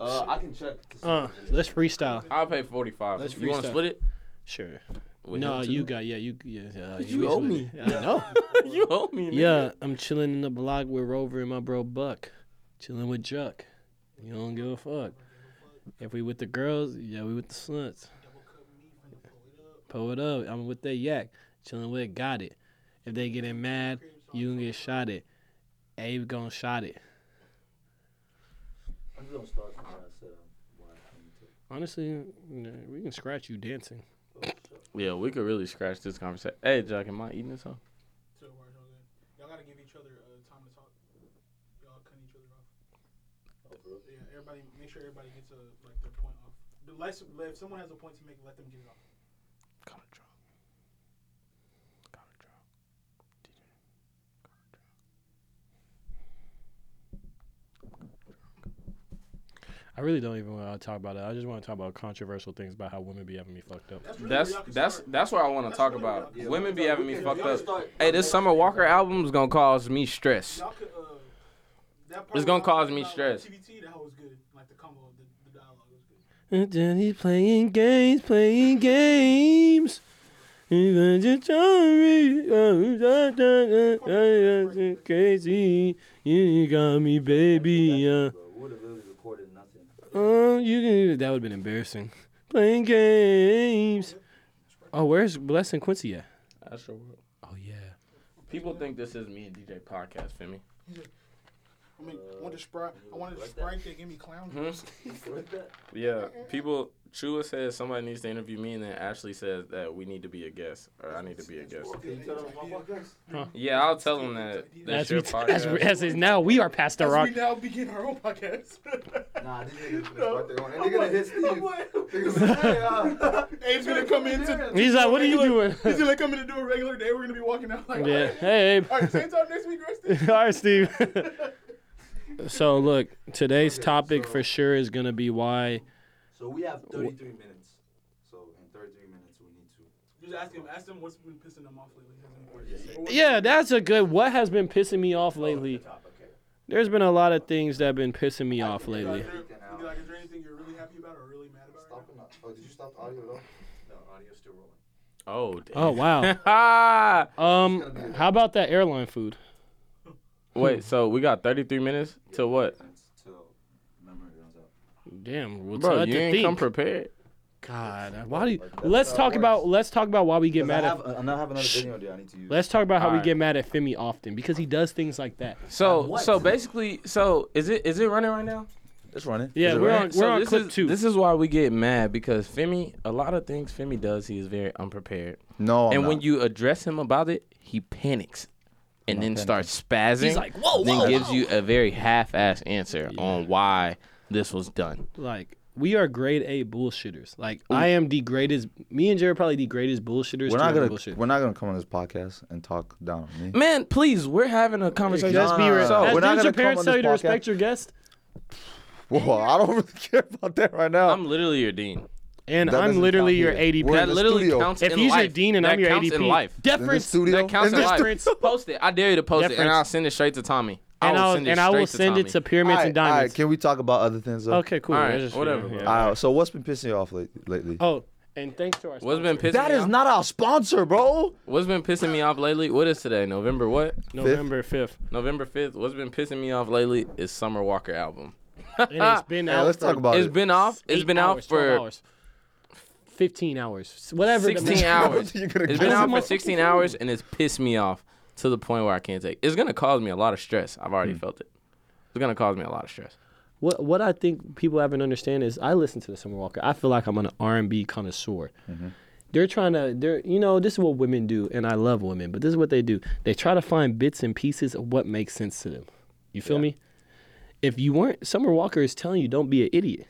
Speaker 3: Uh, I can check.
Speaker 4: Uh, let's freestyle.
Speaker 1: I'll pay forty five.
Speaker 4: Let's
Speaker 1: You want
Speaker 4: freestyle.
Speaker 1: to split it?
Speaker 4: Sure.
Speaker 1: With
Speaker 4: no,
Speaker 1: him too?
Speaker 4: you got yeah, you yeah. Uh,
Speaker 1: You owe me.
Speaker 4: I know.
Speaker 1: you owe me.
Speaker 4: yeah, I'm chilling in the block with Rover and my bro Buck, chilling with Juck. You don't give a fuck. If we with the girls, yeah, we with the sluts. Pull it up. I'm with that yak, chilling with got it. If they getting mad, you can get shot it. Abe gonna shot it. Honestly, nah, we can scratch you dancing.
Speaker 1: Yeah, we could really scratch this conversation. Hey, Jack, am I eating this? Huh?
Speaker 2: to the wires all good. Y'all gotta give each other uh, time to talk. Y'all cut each other off. Yeah, everybody. Make sure everybody gets a like their point off. The less, if someone has a point to make, let them get it off.
Speaker 1: Got a drop. Got a drop. DJ.
Speaker 4: I really don't even want to talk about it. I just want to talk about controversial things about how women be having me fucked up.
Speaker 2: That's
Speaker 1: That's
Speaker 2: really where y'all can
Speaker 1: that's
Speaker 2: start.
Speaker 1: that's what I want to
Speaker 2: That's
Speaker 1: talk
Speaker 2: really
Speaker 1: about.
Speaker 2: what I-
Speaker 1: Women be having me fucked
Speaker 2: y'all
Speaker 1: up.
Speaker 2: start-
Speaker 1: Hey, this Summer Walker album's gonna cause me stress.
Speaker 2: Y'all could, uh, that part
Speaker 1: It's
Speaker 2: when
Speaker 1: gonna
Speaker 2: I was
Speaker 1: cause
Speaker 2: talking
Speaker 1: me
Speaker 2: about,
Speaker 1: stress.
Speaker 2: Like, TBT, that was good. Like the combo, the, the dialogue was good.
Speaker 4: And then he's playing games, playing games. Even to tell me, oh, da, da, da, da, da, da, Crazy, you got me, baby. Uh, oh, you can, that would have been embarrassing. Playing games. Oh, where's Bless and Quincy at?
Speaker 1: Astro World.
Speaker 4: Oh yeah.
Speaker 1: People think this is me and DJ podcast, Femi.
Speaker 2: I mean, I wanted Sprite. I wanted Sprite. They gave me clown
Speaker 1: Hmm?
Speaker 2: juice.
Speaker 1: Yeah, people. Chua says somebody needs to interview me, and then Ashley says that we need to be a guest, or I need to be a guest. Yeah, I'll tell them that.
Speaker 4: As,
Speaker 1: That's
Speaker 4: we,
Speaker 1: your
Speaker 4: as,
Speaker 1: podcast.
Speaker 4: we- as is now, we are past the
Speaker 2: As
Speaker 4: rock.
Speaker 2: we now begin our own podcast.
Speaker 3: Nah, these niggas right there on- and they're gonna hit Steve. Niggas like, hey, uh,
Speaker 2: Abe's gonna come in to.
Speaker 4: He's like, what are you doing?
Speaker 2: He's gonna come in and do a regular day. We're gonna be walking out like.
Speaker 4: yeah.
Speaker 2: "Alright,
Speaker 4: Hey.
Speaker 2: All right, same time next week, Rusty.
Speaker 4: All right, Steve. so look, today's topic for sure is gonna be why.
Speaker 6: So we have 33 minutes. So in 33 minutes, we need to.
Speaker 2: Just ask him. Ask him what's been pissing them off lately. Has anybody-
Speaker 4: Yeah, that's a good. What has been pissing me
Speaker 3: Oh,
Speaker 4: off lately? There's been a lot of things that have been pissing me off lately.
Speaker 2: Is there- Like, is there anything you're really happy about or really mad about? right now?
Speaker 3: Oh, did you stop the audio though?
Speaker 6: No, audio's still rolling.
Speaker 1: Oh, damn.
Speaker 4: Oh wow.
Speaker 1: Ah!
Speaker 4: Um, how about that airline food?
Speaker 1: Wait, so we got 33 minutes till what?
Speaker 6: That's till memory runs out.
Speaker 4: Damn, we'll
Speaker 1: Bro,
Speaker 4: have
Speaker 1: you
Speaker 4: to
Speaker 1: ain't
Speaker 4: think.
Speaker 1: come prepared.
Speaker 4: God, why do you?
Speaker 3: that's
Speaker 4: Let's
Speaker 3: how it
Speaker 4: talk
Speaker 3: works.
Speaker 4: about let's talk about why we get
Speaker 3: 'Cause
Speaker 4: mad
Speaker 3: I
Speaker 4: at.
Speaker 3: have, I now have another video idea I need to use.
Speaker 4: Let's talk about how we
Speaker 1: Alright.
Speaker 4: get mad at Femi often because he does things like that.
Speaker 1: So, so basically, so is it is it running right now?
Speaker 3: Let's run it.
Speaker 4: Yeah,
Speaker 3: Is it
Speaker 4: we're
Speaker 3: right?
Speaker 4: on
Speaker 1: So
Speaker 4: we're on
Speaker 1: this
Speaker 4: clip
Speaker 1: is,
Speaker 4: two.
Speaker 1: This is why we get mad because Femi, a lot of things Femi does, he is very unprepared.
Speaker 4: Oh,
Speaker 3: No, I'm
Speaker 1: and when
Speaker 3: not.
Speaker 1: you address him about it, he panics and then starts spazzing.
Speaker 4: He's like, "Whoa,
Speaker 1: Then
Speaker 4: whoa,
Speaker 1: gives
Speaker 4: whoa."
Speaker 1: you a very half-ass answer on why this was done.
Speaker 4: like we are grade A bullshitters. Like I am the greatest. Me and Jared are probably the greatest bullshitters.
Speaker 3: we're not
Speaker 4: to
Speaker 3: gonna
Speaker 4: bullshit.
Speaker 3: we're not gonna come on this podcast and talk down on me.
Speaker 1: Man, please, we're having a conversation.
Speaker 3: Just be real. So,
Speaker 4: As
Speaker 3: we're not gonna
Speaker 4: dudes, your
Speaker 3: come
Speaker 4: parents
Speaker 3: on
Speaker 4: tell
Speaker 3: this
Speaker 4: you to
Speaker 3: podcast.
Speaker 4: respect your guest,
Speaker 3: Whoa, I don't really care about that right now.
Speaker 1: I'm literally your dean.
Speaker 4: and
Speaker 3: That
Speaker 4: I'm
Speaker 3: doesn't
Speaker 4: literally
Speaker 3: count
Speaker 4: your
Speaker 3: here.
Speaker 4: ADP.
Speaker 3: We're in
Speaker 1: That
Speaker 3: the
Speaker 1: literally
Speaker 3: studio.
Speaker 1: counts
Speaker 4: if
Speaker 1: in
Speaker 4: he's
Speaker 1: life.
Speaker 4: your dean and
Speaker 1: that
Speaker 4: I'm your
Speaker 1: counts
Speaker 4: ADP,
Speaker 1: in life.
Speaker 3: in the
Speaker 4: deference.
Speaker 3: studio.
Speaker 1: That counts
Speaker 3: in
Speaker 1: in
Speaker 3: the
Speaker 1: life.
Speaker 3: studio.
Speaker 1: Post it. I dare you to post it, and
Speaker 4: Deference.
Speaker 1: I'll send it straight to Tommy. I
Speaker 4: and
Speaker 1: will
Speaker 4: I'll
Speaker 1: send it
Speaker 4: and I will
Speaker 1: straight
Speaker 4: send it to
Speaker 1: Tommy.
Speaker 4: pyramids
Speaker 3: Alright,
Speaker 4: and
Speaker 3: alright,
Speaker 4: diamonds.
Speaker 3: can we talk about other things? Though?
Speaker 4: okay, cool.
Speaker 1: Alright,
Speaker 4: That's just-
Speaker 1: whatever.
Speaker 4: yeah.
Speaker 3: All right. So what's been pissing you off lately? lately?
Speaker 4: Oh, and thanks to our.
Speaker 1: What's been pissing
Speaker 3: that
Speaker 1: me
Speaker 3: is
Speaker 1: off?
Speaker 3: not our sponsor, bro.
Speaker 1: What's been pissing me off lately? What is today? November what?
Speaker 4: November fifth,
Speaker 1: November fifth. What's been pissing me off lately is Summer Walker album.
Speaker 4: and it's been
Speaker 3: Yeah,
Speaker 4: out.
Speaker 3: let's
Speaker 4: for
Speaker 3: talk about
Speaker 1: It's
Speaker 3: it.
Speaker 1: been off. It's
Speaker 4: eight
Speaker 1: been out
Speaker 4: hours, 12
Speaker 1: for
Speaker 4: hours, fifteen hours, whatever. the-
Speaker 1: sixteen hours.
Speaker 3: You're gonna
Speaker 1: It's
Speaker 3: kill
Speaker 1: been out
Speaker 4: my
Speaker 1: for sixteen hours, and it's pissed me off to the point where I can't take. It's gonna cause me a lot of stress. I've
Speaker 3: Hmm.
Speaker 1: already felt it. It's gonna cause me a lot of stress.
Speaker 4: What what I think people haven't understand is I listen to the Summer Walker. I feel like I'm an R and B connoisseur.
Speaker 1: Mm-hmm.
Speaker 4: They're trying to they're you know this is what women do, and I love women, but this is what they do. They try to find bits and pieces of what makes sense to them. You feel me? If you weren't Summer Walker is telling you don't be an idiot.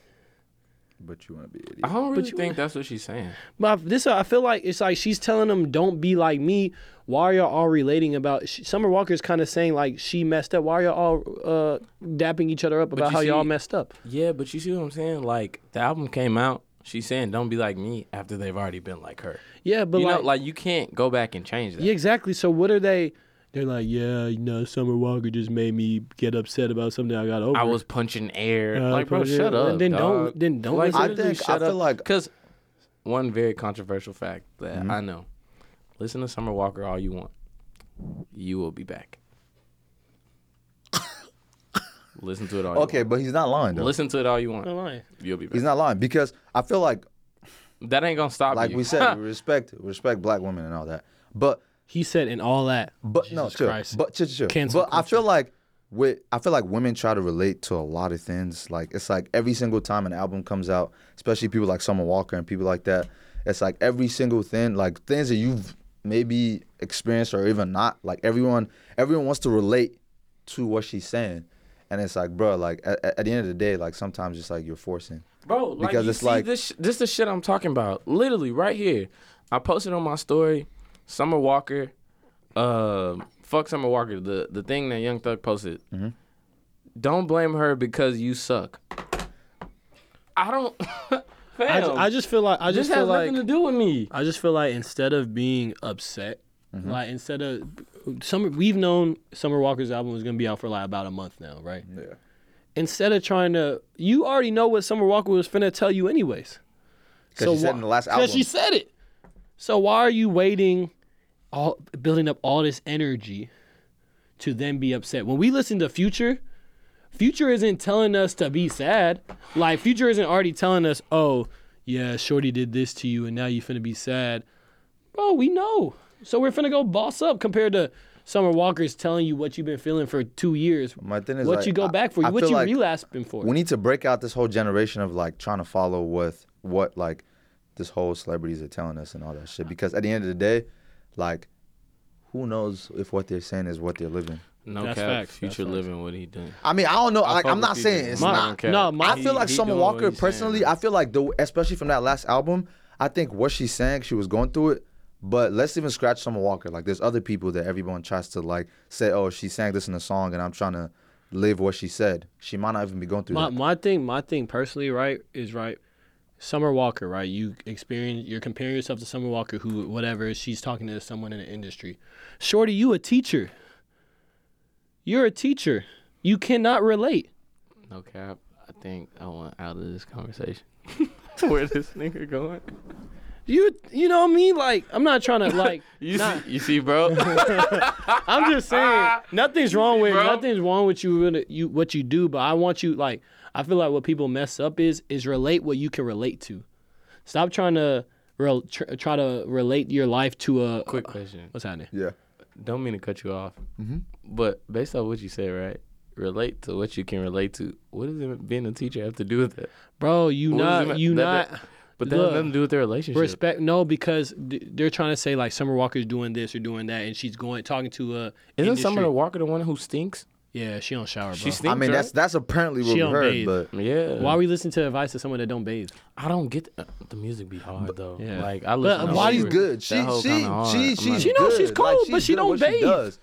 Speaker 3: But you want to be an idiot.
Speaker 1: I don't really think that's what she's saying.
Speaker 4: But I- this I feel like it's like she's telling them don't be like me. Why are y'all all relating about she, Summer Walker's kind of saying like she messed up. Why are y'all all uh, dapping each other up about
Speaker 1: you
Speaker 4: how y'all
Speaker 1: see-
Speaker 4: messed up?
Speaker 1: Yeah, but you see what I'm saying? Like the album came out. She's saying don't be like me after they've already been like her.
Speaker 4: Yeah, but
Speaker 1: you
Speaker 4: like,
Speaker 1: know, like you can't go back and change that.
Speaker 4: Yeah, exactly. So what are they? They're like, yeah, you know, Summer Walker just made me get upset about something I got over.
Speaker 1: I was punching air.
Speaker 4: Uh,
Speaker 1: like, bro,
Speaker 4: punching
Speaker 1: shut
Speaker 4: air.
Speaker 1: up.
Speaker 4: Then don't-
Speaker 1: dog.
Speaker 4: then don't
Speaker 1: Like,
Speaker 4: listen
Speaker 3: to
Speaker 1: literally
Speaker 3: this. I
Speaker 1: shut
Speaker 3: feel
Speaker 1: up.
Speaker 3: like-
Speaker 1: because one very controversial fact that
Speaker 4: Mm-hmm.
Speaker 1: I know. Listen to Summer Walker all you want. You will be back. listen to it all. You
Speaker 3: Okay, but he's not lying though.
Speaker 1: Want. Listen to it all you want.
Speaker 4: I'm lying.
Speaker 1: You'll be back.
Speaker 3: He's not lying because I feel like,
Speaker 1: that ain't gonna stop
Speaker 3: like
Speaker 1: you.
Speaker 3: we said, we respect respect black women and all that. But
Speaker 4: He said, and all that.
Speaker 3: But no,
Speaker 4: Jesus
Speaker 3: chill.
Speaker 4: Christ.
Speaker 3: But chill, chill, chill.
Speaker 4: Cancel
Speaker 3: But I feel like with I feel like women try to relate to a lot of things. Like it's like every single time an album comes out, especially people like Summer Walker and people like that. It's like every single thing, like things that you've maybe experienced or even not. Like everyone, everyone wants to relate to what she's saying, and it's like, bro, like at, at the end of the day, like sometimes it's like you're forcing.
Speaker 1: bro. Like,
Speaker 3: Because
Speaker 1: you
Speaker 3: it's
Speaker 1: see
Speaker 3: like-
Speaker 1: this. sh- This the shit I'm talking about. Literally right here. I posted on my story. Summer Walker, uh, fuck Summer Walker. The the thing that Young Thug posted.
Speaker 3: Mm-hmm.
Speaker 1: Don't blame her because you suck. I don't. Fam,
Speaker 4: I, ju- I just feel like I
Speaker 1: this
Speaker 4: just feel
Speaker 1: has
Speaker 4: like
Speaker 1: nothing to do with me.
Speaker 4: I just feel like instead of being upset,
Speaker 3: Mm-hmm.
Speaker 4: like instead of summer, we've known Summer Walker's album was gonna be out for like about a month now, right?
Speaker 3: Yeah.
Speaker 4: Instead of trying to, you already know what Summer Walker was finna tell you anyways.
Speaker 3: Because she said in the last album.
Speaker 4: Because she said it. So why are you waiting, all building up all this energy, to then be upset? When we listen to Future, Future isn't telling us to be sad. Like Future isn't already telling us, oh yeah, Shorty did this to you, and now you finna be sad. Bro, we know. So we're finna go boss up compared to Summer Walker's telling you what you've been feeling for two years.
Speaker 3: My thing is
Speaker 4: What
Speaker 3: like,
Speaker 4: you go
Speaker 3: I-
Speaker 4: back for?
Speaker 3: I
Speaker 4: what
Speaker 3: feel
Speaker 4: you
Speaker 3: like
Speaker 4: relapsing for?
Speaker 3: We need to break out this whole generation of like trying to follow with what like this whole celebrities are telling us and all that shit. Because at the end of the day, like, who knows if what they're saying is what they're living?
Speaker 1: No
Speaker 4: That's
Speaker 1: cap.
Speaker 4: facts, that's
Speaker 1: Future living what he done.
Speaker 3: I mean, I don't know.
Speaker 1: I
Speaker 3: like,
Speaker 1: fuck
Speaker 3: I'm not
Speaker 1: with
Speaker 3: saying
Speaker 1: Future.
Speaker 3: it's
Speaker 1: My-
Speaker 3: not.
Speaker 1: okay.
Speaker 4: No, my,
Speaker 1: He-
Speaker 3: I feel like
Speaker 1: he
Speaker 3: Summer
Speaker 1: doing what
Speaker 3: Walker
Speaker 1: he's saying.
Speaker 3: personally. I feel like the especially from that last album, I think what she's saying, she was going through it. But let's even scratch Summer Walker. Like there's other people that everyone tries to like say, oh, she sang this in a song, and I'm trying to live what she said. She might not even be going through
Speaker 4: my
Speaker 3: that.
Speaker 4: my thing, my thing personally, right, is right. Summer Walker, right? You experience, you're comparing yourself to Summer Walker, who whatever she's talking to someone in the industry. Shorty, you a teacher. You're a teacher. You cannot relate.
Speaker 1: No cap. I think I want out of this conversation. Where this nigga going?
Speaker 4: You you know what I mean? Like I'm not trying to like.
Speaker 1: You see, you see, bro.
Speaker 4: I'm just saying nothing's wrong with
Speaker 1: Bro.
Speaker 4: nothing's wrong with you really- you what you do, but I want you like I feel like what people mess up is is relate what you can relate to. Stop trying to rel tr- try to relate your life to a
Speaker 1: Quick question.
Speaker 4: What's happening?
Speaker 3: yeah.
Speaker 1: Don't mean to cut you off,
Speaker 4: Mm-hmm.
Speaker 1: but based on what you said, right? Relate to what you can relate to. What does it being a teacher have to do with it?
Speaker 4: Bro, you
Speaker 1: What does it ma-
Speaker 4: not you
Speaker 1: that-
Speaker 4: not
Speaker 1: that- but that has
Speaker 4: Look.
Speaker 1: nothing to do with their relationship.
Speaker 4: respect no because d- they're trying to say like Summer Walker's doing this or doing that and she's going talking to a
Speaker 1: Isn't
Speaker 4: industry.
Speaker 1: Summer Walker the one who stinks?
Speaker 4: Yeah, she don't shower, bro.
Speaker 1: She stinks.
Speaker 3: I mean,
Speaker 1: right?
Speaker 3: that's that's apparently what
Speaker 4: She
Speaker 3: we
Speaker 4: don't
Speaker 3: heard,
Speaker 4: bathe.
Speaker 3: but
Speaker 1: yeah.
Speaker 4: why are we listening to advice of someone that don't bathe?
Speaker 1: I don't get the, the music be hard though.
Speaker 4: yeah.
Speaker 1: Like I listen.
Speaker 4: But
Speaker 1: to
Speaker 4: why
Speaker 1: Oprah,
Speaker 3: she's good.
Speaker 1: that
Speaker 3: She
Speaker 1: hoe
Speaker 3: she
Speaker 1: kinda hard.
Speaker 3: she
Speaker 1: I'm
Speaker 3: she.
Speaker 1: like,
Speaker 4: She knows she's
Speaker 3: good.
Speaker 4: cool,
Speaker 3: Like,
Speaker 4: but
Speaker 3: good
Speaker 4: she
Speaker 3: at
Speaker 4: don't
Speaker 3: what
Speaker 4: bathe.
Speaker 3: does.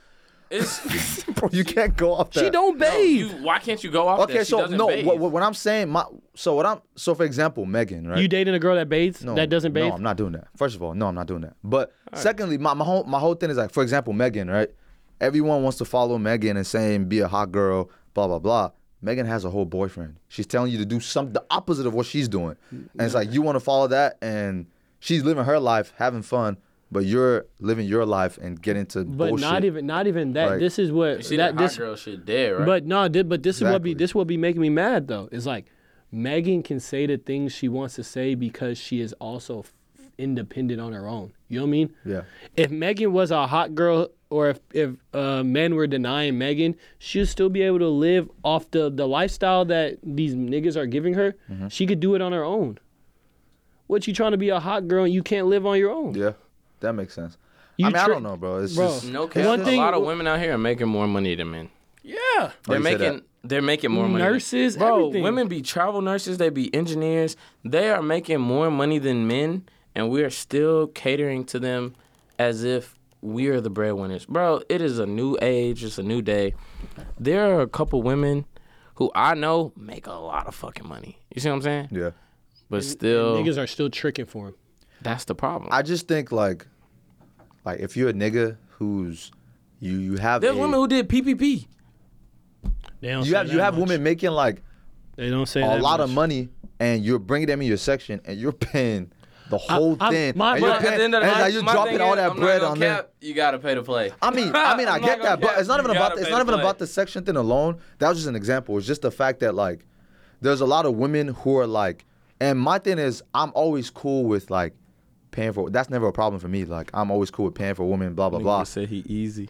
Speaker 1: it's-
Speaker 3: Bro, you can't go off that.
Speaker 4: She don't bathe.
Speaker 1: You, why can't you go off?
Speaker 3: Okay,
Speaker 1: that? She
Speaker 3: so
Speaker 1: doesn't
Speaker 3: no,
Speaker 1: bathe.
Speaker 3: what, what, what I'm saying, my so what I'm so for example, Megan, right?
Speaker 4: You dating a girl that bathes?
Speaker 3: No,
Speaker 4: that doesn't bathe?
Speaker 3: No, I'm not doing that. First of all, no, I'm not doing that. But secondly, my, my whole my whole thing is like, for example, Megan, right? Everyone wants to follow Megan and saying be a hot girl, blah blah blah. Megan has a whole boyfriend. She's telling you to do some the opposite of what she's doing, and it's like you want to follow that, and she's living her life, having fun, but you're living your life and getting into
Speaker 4: But
Speaker 3: bullshit.
Speaker 4: not even not even that.
Speaker 3: Like-
Speaker 4: this is what
Speaker 1: See
Speaker 4: that
Speaker 1: that,
Speaker 4: this
Speaker 1: hot girl shit dead, right?
Speaker 4: but no, thi- but this is what be
Speaker 3: Exactly.
Speaker 4: this will be making me mad though. It's like Megan can say the things she wants to say because she is also f- independent on her own. You know what I mean?
Speaker 3: Yeah.
Speaker 4: If Megan was a hot girl or if if uh, men were denying Megan, she'd still be able to live off the the lifestyle that these niggas are giving her.
Speaker 3: Mm-hmm.
Speaker 4: She could do it on her own. What you trying to be a hot girl and you can't live on your own?
Speaker 3: yeah, that makes sense.
Speaker 4: You
Speaker 3: I mean, I
Speaker 4: tri-
Speaker 3: don't know, bro. It's
Speaker 4: Bro.
Speaker 3: just
Speaker 1: no cap.
Speaker 4: One thing-
Speaker 1: a lot of women out here are making more money than men.
Speaker 4: Yeah.
Speaker 1: They're
Speaker 3: you say that?
Speaker 1: making they're making more money.
Speaker 4: Nurses,
Speaker 1: bro.
Speaker 4: everything.
Speaker 1: Women be travel nurses. They be engineers. They are making more money than men, and we are still catering to them as if we are the breadwinners, bro. It is a new age. It's a new day. There are a couple women who I know make a lot of fucking money. You see what I'm saying?
Speaker 3: yeah.
Speaker 1: But still,
Speaker 4: Niggas are still tricking for him.
Speaker 1: that's the problem.
Speaker 3: I just think like, like if you're a nigga who's you you have
Speaker 1: There's
Speaker 3: a-
Speaker 1: women who did PPP.
Speaker 4: They don't
Speaker 3: you
Speaker 4: say
Speaker 3: have you
Speaker 4: that
Speaker 3: have
Speaker 4: much.
Speaker 3: women making like
Speaker 4: They don't say
Speaker 3: a
Speaker 4: that
Speaker 3: lot
Speaker 4: much.
Speaker 3: of money, and you're bringing them in your section, and you're paying the whole
Speaker 4: I'm-
Speaker 3: thing.
Speaker 4: my-
Speaker 3: and
Speaker 4: my-
Speaker 3: you're,
Speaker 4: at
Speaker 3: paying, and it's like you're dropping all that bread on them.
Speaker 1: You gotta pay to play.
Speaker 3: I mean, I mean, I
Speaker 1: I'm not
Speaker 3: get
Speaker 1: gonna
Speaker 3: that, but
Speaker 1: cap.
Speaker 3: it's not
Speaker 1: You
Speaker 3: even about
Speaker 1: gotta
Speaker 3: it's
Speaker 1: pay
Speaker 3: not
Speaker 1: to
Speaker 3: even
Speaker 1: play.
Speaker 3: about the section thing alone. That was just an example. It's just the fact that like, there's a lot of women who are like, and my thing is, I'm always cool with like paying for. That's never a problem for me. Like, I'm always cool with paying for women. Blah blah blah.
Speaker 1: said he easy.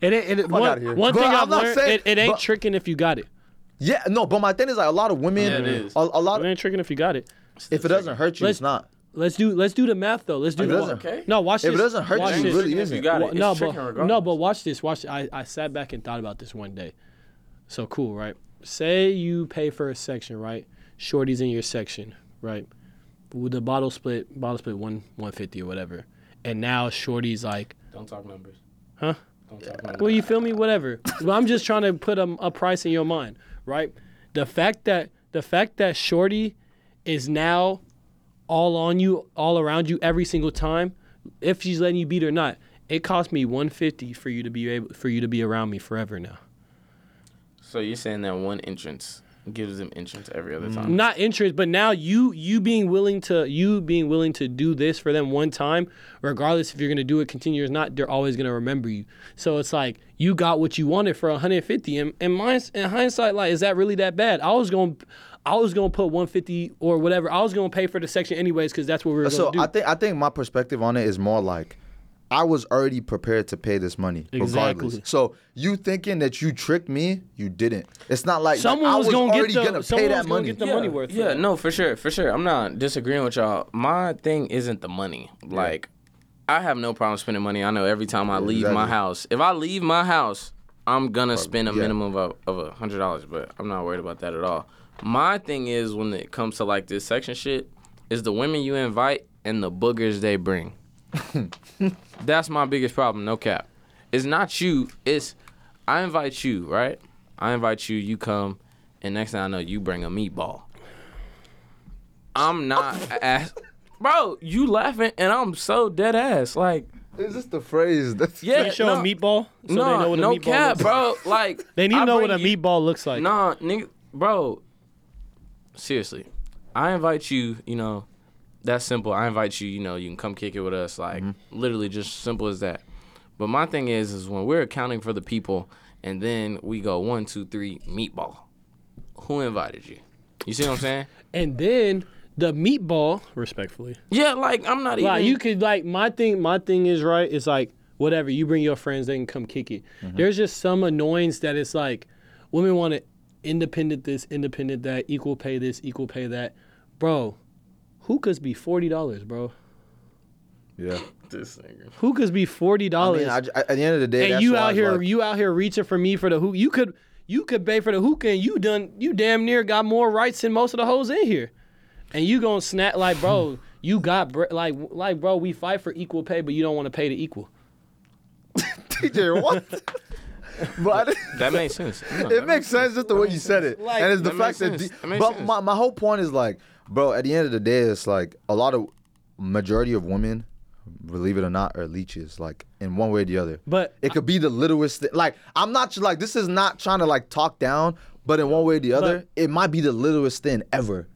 Speaker 4: It, ain't- it, it,
Speaker 3: Fuck
Speaker 4: one
Speaker 3: outta here.
Speaker 4: one
Speaker 3: Bro,
Speaker 4: thing
Speaker 3: I'm
Speaker 4: I've
Speaker 3: not
Speaker 4: learned,
Speaker 3: saying-
Speaker 4: it, it ain't
Speaker 3: but-
Speaker 4: tricking if you got it.
Speaker 3: Yeah, no, but my thing is like a lot of women,
Speaker 1: Yeah, it is.
Speaker 3: A, a lot.
Speaker 4: It ain't tricking if you got it.
Speaker 3: if it doesn't hurt you,
Speaker 4: Let's-
Speaker 3: it's not.
Speaker 4: Let's do let's do the math though. Let's do
Speaker 3: If it
Speaker 4: the
Speaker 3: doesn't-
Speaker 1: Okay.
Speaker 4: No, watch
Speaker 3: If it
Speaker 4: this.
Speaker 3: doesn't hurt
Speaker 4: watch
Speaker 3: you,
Speaker 4: this.
Speaker 3: really
Speaker 1: Tricking if
Speaker 3: isn't.
Speaker 1: you got it.
Speaker 4: Wa-
Speaker 1: It's
Speaker 4: no,
Speaker 1: tricking
Speaker 4: but,
Speaker 1: regardless.
Speaker 4: no, but watch this. Watch. I I sat back and thought about this one day. So cool, right? Say you pay for a section, right? Shorty's in your section, right? With the bottle split, bottle split one one fifty or whatever, and now Shorty's like,
Speaker 1: Don't talk numbers.
Speaker 4: Huh?
Speaker 1: Don't talk numbers.
Speaker 4: well, you feel me? Whatever. but I'm just trying to put a, a price in your mind, right? The fact that the fact that Shorty is now all on you, all around you every single time, if she's letting you beat or not, it cost me 150 for you to be able for you to be around me forever now.
Speaker 1: So you're saying that one entrance gives them entrance every
Speaker 4: Mm.
Speaker 1: other time?
Speaker 4: Not interest, but now you you being willing to you being willing to do this for them one time, regardless if you're gonna do it continue or not, they're always gonna remember you. So it's like you got what you wanted for 150. And and mine in hindsight, like, is that really that bad? I was gonna I was gonna put 150 or whatever. I was gonna pay for the section anyways because that's what we were gonna
Speaker 3: So
Speaker 4: do.
Speaker 3: I think I think my perspective on it is more like I was already prepared to pay this money regardless.
Speaker 4: Exactly.
Speaker 3: So you thinking that you tricked me? You didn't. It's not like
Speaker 4: Someone
Speaker 3: I
Speaker 4: was
Speaker 3: was
Speaker 4: gonna get
Speaker 3: already
Speaker 4: the-
Speaker 3: gonna
Speaker 4: someone
Speaker 3: pay
Speaker 4: was
Speaker 3: that
Speaker 4: gonna
Speaker 3: money.
Speaker 4: get the
Speaker 1: yeah,
Speaker 4: money worth for
Speaker 1: Yeah,
Speaker 4: that.
Speaker 1: no, for sure, for sure. I'm not disagreeing with y'all. My thing isn't the money. Like, I have no problem spending money. I know every time I leave my
Speaker 3: Exactly.
Speaker 1: house, if I leave my house, I'm gonna spend a
Speaker 3: yeah.
Speaker 1: minimum of a, of a hundred dollars. But I'm not worried about that at all. My thing is when it comes to like this section shit, is the women you invite and the boogers they bring. That's my biggest problem. No cap. It's not you. It's I invite you, right? I invite you. You come, and next thing I know, you bring a meatball. I'm not ass. Bro, you laughing and I'm so dead ass. Like,
Speaker 3: Is this the phrase? That's
Speaker 1: yeah,
Speaker 4: They show
Speaker 1: no,
Speaker 4: a meatball, so
Speaker 1: no,
Speaker 4: they know what a
Speaker 1: no
Speaker 4: meatball
Speaker 1: cap,
Speaker 4: looks like.
Speaker 1: bro. Like,
Speaker 4: They need
Speaker 1: I
Speaker 4: to know what a
Speaker 1: bring you-
Speaker 4: meatball looks like.
Speaker 1: Nah, nigga, bro. Seriously, I invite you. You know, that's simple. I invite you. You know, you can come kick it with us. Like,
Speaker 4: Mm-hmm.
Speaker 1: literally, just simple as that. But my thing is, is when we're accounting for the people, and then we go one, two, three, meatball. Who invited you? You see what I'm saying?
Speaker 4: And then the meatball, respectfully.
Speaker 1: yeah, like I'm not even.
Speaker 4: Like you could like my thing. My thing is right. It's like whatever you bring your friends, they can come kick it.
Speaker 3: Mm-hmm.
Speaker 4: There's just some annoyance that it's like women want to independent this, independent that, equal pay this, equal pay that, bro. Hookahs be forty dollars, bro.
Speaker 3: yeah.
Speaker 1: this nigga.
Speaker 4: Hookahs be forty
Speaker 3: I
Speaker 4: dollars.
Speaker 3: mean, I, I- at the end of the day,
Speaker 4: and
Speaker 3: that's
Speaker 4: you
Speaker 3: why I
Speaker 4: out
Speaker 3: was
Speaker 4: here,
Speaker 3: like-
Speaker 4: you out here reaching for me for the hook. You could, you could pay for the hookah, and you done, you damn near got more rights than most of the hoes in here. And you gonna snap like, bro, you got br- like, like, bro, we fight for equal pay, but you don't want to pay the equal.
Speaker 3: TJ, what? but
Speaker 1: That makes sense. No,
Speaker 3: it
Speaker 1: that
Speaker 3: makes sense just the way you said it,
Speaker 5: Like-
Speaker 3: and it's the
Speaker 1: That
Speaker 3: fact
Speaker 1: makes
Speaker 3: that.
Speaker 1: sense.
Speaker 3: the-
Speaker 1: That makes
Speaker 3: but
Speaker 1: sense.
Speaker 3: my, my whole point is like, bro. At the end of the day, it's like a lot of majority of women, believe it or not, are leeches. Like in one way or the other.
Speaker 4: But-
Speaker 3: it could be the littlest. Thing. Like I'm not tr- like this is not trying to like talk down, but in one way or the other, it might be the littlest thing ever,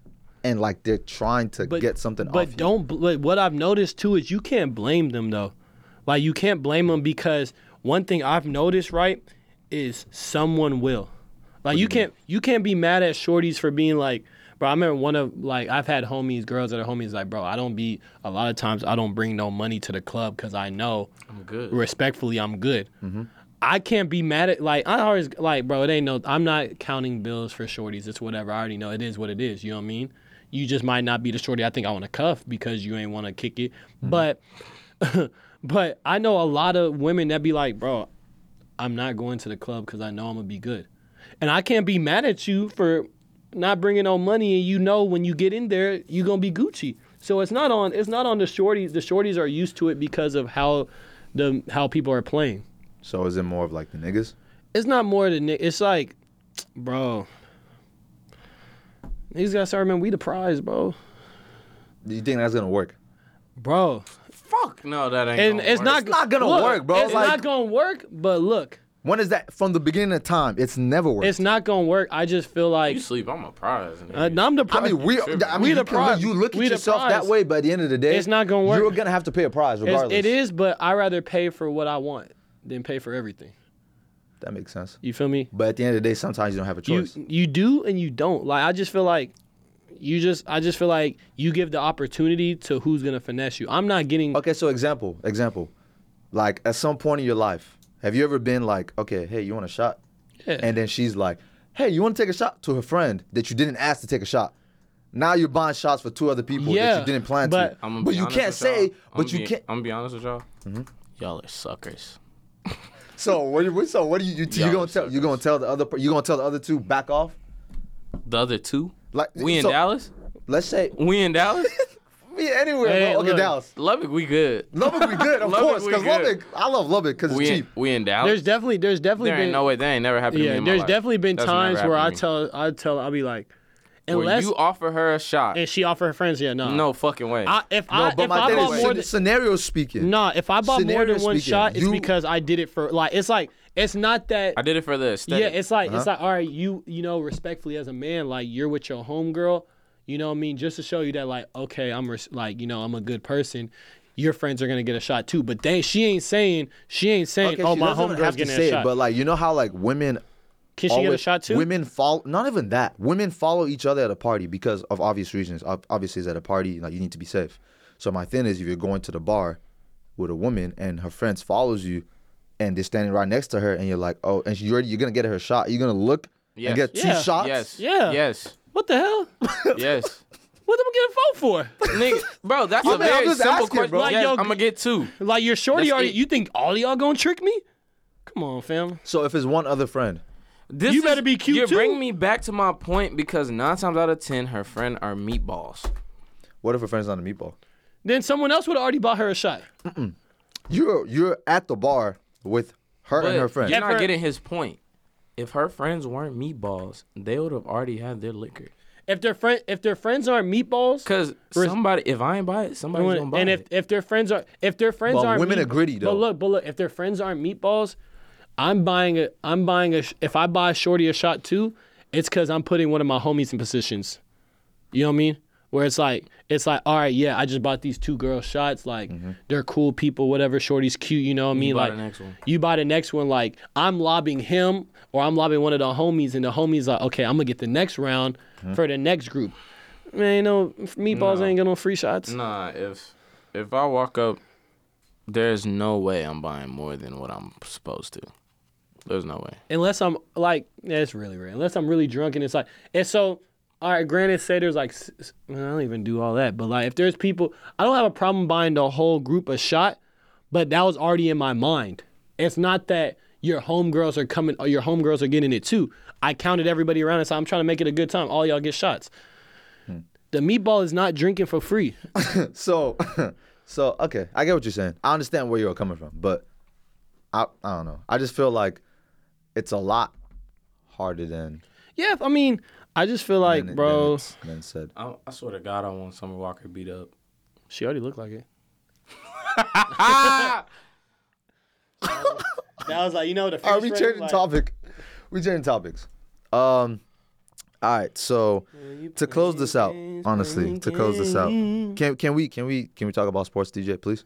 Speaker 3: and like they're trying to get something.
Speaker 4: But
Speaker 3: off you.
Speaker 4: don't. bl- But what I've noticed too is you can't blame them though. Like you can't blame them because one thing I've noticed right is someone will. Like you can't you can't be mad at shorties for being like, bro. I remember one of like I've had homies, girls that are homies like, bro. I don't be a lot of times I don't bring no money to the club because I know
Speaker 1: I'm good.
Speaker 4: respectfully I'm good. I can't be mad at like I always like bro. It ain't no. I'm not counting bills for shorties. It's whatever. I already know it is what it is. You know what I mean? You just might not be the shorty I think I want to cuff because you ain't want to kick it. But but I know a lot of women that be like, bro, I'm not going to the club because I know I'm gonna be good, and I can't be mad at you for not bringing no money. And you know when you get in there, you gonna be Gucci. So it's not on. It's not on the shorties. The shorties are used to it because of how the how people are playing.
Speaker 3: So is it more of like the niggas?
Speaker 4: It's not more than ni- it's like, bro. These guys start remembering we the prize, bro.
Speaker 3: Do you think that's gonna work?
Speaker 4: Bro,
Speaker 1: Fuck no, that ain't.
Speaker 4: and
Speaker 1: gonna
Speaker 4: it's
Speaker 1: work.
Speaker 4: not,
Speaker 3: not gonna
Speaker 4: look,
Speaker 3: work, bro.
Speaker 4: It's
Speaker 3: Like-
Speaker 4: not gonna work. But look,
Speaker 3: When is that? From the beginning of time, it's never worked.
Speaker 4: it's not gonna work. I just feel like
Speaker 1: You sleep. I'm a prize. nigga.
Speaker 4: uh, I'm
Speaker 3: I
Speaker 4: the prize.
Speaker 3: mean, we. I mean,
Speaker 4: We
Speaker 3: you,
Speaker 4: the
Speaker 3: can look-
Speaker 4: prize.
Speaker 3: you look at
Speaker 4: We the
Speaker 3: yourself that
Speaker 4: prize.
Speaker 3: way, but at the end of the day,
Speaker 4: It's not gonna work.
Speaker 3: You're gonna have to pay a prize
Speaker 4: It's,
Speaker 3: regardless.
Speaker 4: it is, but I rather pay for what I want than pay for everything.
Speaker 3: That makes sense.
Speaker 4: You feel me?
Speaker 3: But at the end of the day, sometimes you don't have a
Speaker 4: You
Speaker 3: choice.
Speaker 4: you do and you don't. Like I just feel like you just I just feel like you give the opportunity to who's gonna finesse you. I'm not getting
Speaker 3: okay, so example, example, like at some point in your life, have you ever been like, okay, hey, you want a shot?
Speaker 4: Yeah.
Speaker 3: And then she's like, hey, you want to take a shot to her friend that you didn't ask to take a shot. Now you're buying shots for two other people
Speaker 4: Yeah,
Speaker 3: that you didn't plan
Speaker 4: but-
Speaker 3: to.
Speaker 1: I'ma
Speaker 3: but
Speaker 1: be
Speaker 3: you
Speaker 1: honest
Speaker 3: can't
Speaker 1: with
Speaker 3: say.
Speaker 1: y'all.
Speaker 3: But
Speaker 1: I'ma
Speaker 3: you
Speaker 1: be-
Speaker 3: can't. Mm-hmm.
Speaker 1: I'm gonna be honest with y'all. Y'all are suckers.
Speaker 3: So what? do you- So what do you? You, you
Speaker 1: Y'all
Speaker 3: gonna
Speaker 1: are
Speaker 3: tell? You gonna
Speaker 1: suckers.
Speaker 3: tell the other? per- You gonna tell the other two back off?
Speaker 1: The other two.
Speaker 3: Like
Speaker 1: We in
Speaker 3: so,
Speaker 1: Dallas.
Speaker 3: Let's say
Speaker 1: We in Dallas.
Speaker 3: be anywhere.
Speaker 4: Hey,
Speaker 3: bro. Okay,
Speaker 4: look.
Speaker 3: Dallas.
Speaker 1: Lubbock, we good.
Speaker 3: Lubbock, we good, of
Speaker 1: Lubbock,
Speaker 3: course,
Speaker 1: we
Speaker 3: because
Speaker 1: good.
Speaker 3: Lubbock, I love Lubbock because it's
Speaker 1: We in,
Speaker 3: cheap.
Speaker 1: we in Dallas.
Speaker 4: there's definitely there's definitely
Speaker 1: there
Speaker 4: been
Speaker 1: ain't no way that ain't never happened to me.
Speaker 4: yeah
Speaker 1: in my
Speaker 4: there's
Speaker 1: life.
Speaker 4: definitely been
Speaker 1: That's never
Speaker 4: times where I
Speaker 1: happened to me.
Speaker 4: tell I tell I'll be like
Speaker 1: Where
Speaker 4: unless
Speaker 1: you offer her a shot.
Speaker 4: and she offer her friends yeah no
Speaker 1: No fucking way.
Speaker 4: I, if
Speaker 3: No,
Speaker 4: I
Speaker 3: but
Speaker 4: if
Speaker 3: my
Speaker 4: I
Speaker 3: thing
Speaker 4: bought
Speaker 3: is,
Speaker 4: more
Speaker 3: more
Speaker 4: than,
Speaker 3: scenario speaking.
Speaker 4: nah if I bought more
Speaker 3: Scenario
Speaker 4: than one
Speaker 3: speaking,
Speaker 4: shot it's
Speaker 3: you-
Speaker 4: because I did it for like it's like it's not that
Speaker 1: I did it for the aesthetic.
Speaker 4: Yeah, it's like it's
Speaker 3: Uh-huh.
Speaker 4: like all right, you you know, respectfully as a man, like you're with your homegirl, you know what I mean, just to show you that like okay, I'm res- like you know I'm a good person. Your friends are gonna get a shot too, but they she ain't saying she ain't saying
Speaker 3: Okay,
Speaker 4: oh
Speaker 3: she
Speaker 4: my
Speaker 3: doesn't
Speaker 4: homegirl's
Speaker 3: have to
Speaker 4: getting
Speaker 3: say
Speaker 4: a
Speaker 3: it,
Speaker 4: shot.
Speaker 3: but like you know how like women
Speaker 4: Can she
Speaker 3: always
Speaker 4: get a shot too?
Speaker 3: women follow not even that women follow each other at a party because of obvious reasons. Ob- Obviously, it's at a party like you need to be safe. So my thing is, if you're going to the bar, with a woman and her friends follows you and they're standing right next to her and you're like, oh, and you're, you're going to get her shot. You're going to look
Speaker 1: Yes.
Speaker 3: and get two
Speaker 4: Yeah.
Speaker 3: shots.
Speaker 1: Yes.
Speaker 4: Yeah.
Speaker 1: Yes.
Speaker 4: What the hell?
Speaker 1: Yes.
Speaker 4: What am I getting vote for?
Speaker 1: Nigga, bro, that's a
Speaker 3: I'm
Speaker 1: very
Speaker 3: just
Speaker 1: simple
Speaker 3: asking,
Speaker 1: question.
Speaker 3: bro.
Speaker 1: Yes,
Speaker 4: Like, yo,
Speaker 1: I'm gonna get two.
Speaker 4: Like your shorty
Speaker 1: That's
Speaker 4: already.
Speaker 1: it.
Speaker 4: You think all y'all gonna trick me? Come on, fam.
Speaker 3: So if it's one other friend,
Speaker 1: This
Speaker 4: You better be cute,
Speaker 1: You're
Speaker 4: too.
Speaker 1: bringing me back to my point because nine times out of ten, her friend are meatballs.
Speaker 3: what if her friend's not a meatball?
Speaker 4: Then someone else would have already bought her a shot.
Speaker 3: You're you're at the bar with her
Speaker 1: But
Speaker 3: and her friend.
Speaker 1: you're
Speaker 4: Yeah.
Speaker 1: not
Speaker 4: Ever-
Speaker 1: getting his point. If her friends weren't meatballs, they would have already had their liquor.
Speaker 4: If their friend, if their friends aren't meatballs,
Speaker 1: Cause
Speaker 4: Res-
Speaker 1: somebody, if I ain't buy it, somebody's
Speaker 4: When-
Speaker 1: gonna buy
Speaker 4: and
Speaker 1: it.
Speaker 4: if, if their friends are if their friends
Speaker 3: But
Speaker 4: aren't
Speaker 3: women
Speaker 4: meat-
Speaker 3: are greedy, though.
Speaker 4: But look, but look, if their friends aren't meatballs, I'm buying a I'm buying a sh- if I buy a shorty a shot too, it's because I'm putting one of my homies in positions. You know what I mean? Where it's like it's like all right, yeah, I just bought these two girls shots. Like
Speaker 1: Mm-hmm.
Speaker 4: they're cool people, whatever. Shorty's cute. You know what I mean?
Speaker 1: buy
Speaker 4: like
Speaker 1: the next one.
Speaker 4: you buy the next one. Like I'm lobbying him or I'm lobbying one of the homies, and the homies like okay, I'm gonna get the next round for the next group. Man, you know, meatballs
Speaker 1: No.
Speaker 4: ain't getting no free shots.
Speaker 1: Nah, if if I walk up, there's no way I'm buying more than what I'm supposed to. There's no way.
Speaker 4: unless I'm like, yeah, it's really rare. Unless I'm really drunk and it's like, and so, all right, granted, say there's like, s- s- I don't even do all that, but like, if there's people, I don't have a problem buying the whole group a shot, but that was already in my mind. It's not that your homegirls are coming or your homegirls are getting it too. I counted everybody around and so I'm trying to make it a good time. All y'all get shots.
Speaker 3: Hmm.
Speaker 4: The meatball is not drinking for free.
Speaker 3: So so okay, I get what you're saying. I understand where you're coming from, but I I don't know. I just feel like it's a lot harder than
Speaker 4: Yeah, I mean, I just feel like,
Speaker 3: than, it- than,
Speaker 4: bro,
Speaker 3: it's- than said.
Speaker 1: I, I swear to God, I want Summer Walker beat up.
Speaker 4: she already looked like it. that was like, you know, the
Speaker 3: All right, we changing topic. We changing topics. Um, all right. So to close this out, honestly, to close this out, can can we can we can we talk about sports, DJ, please?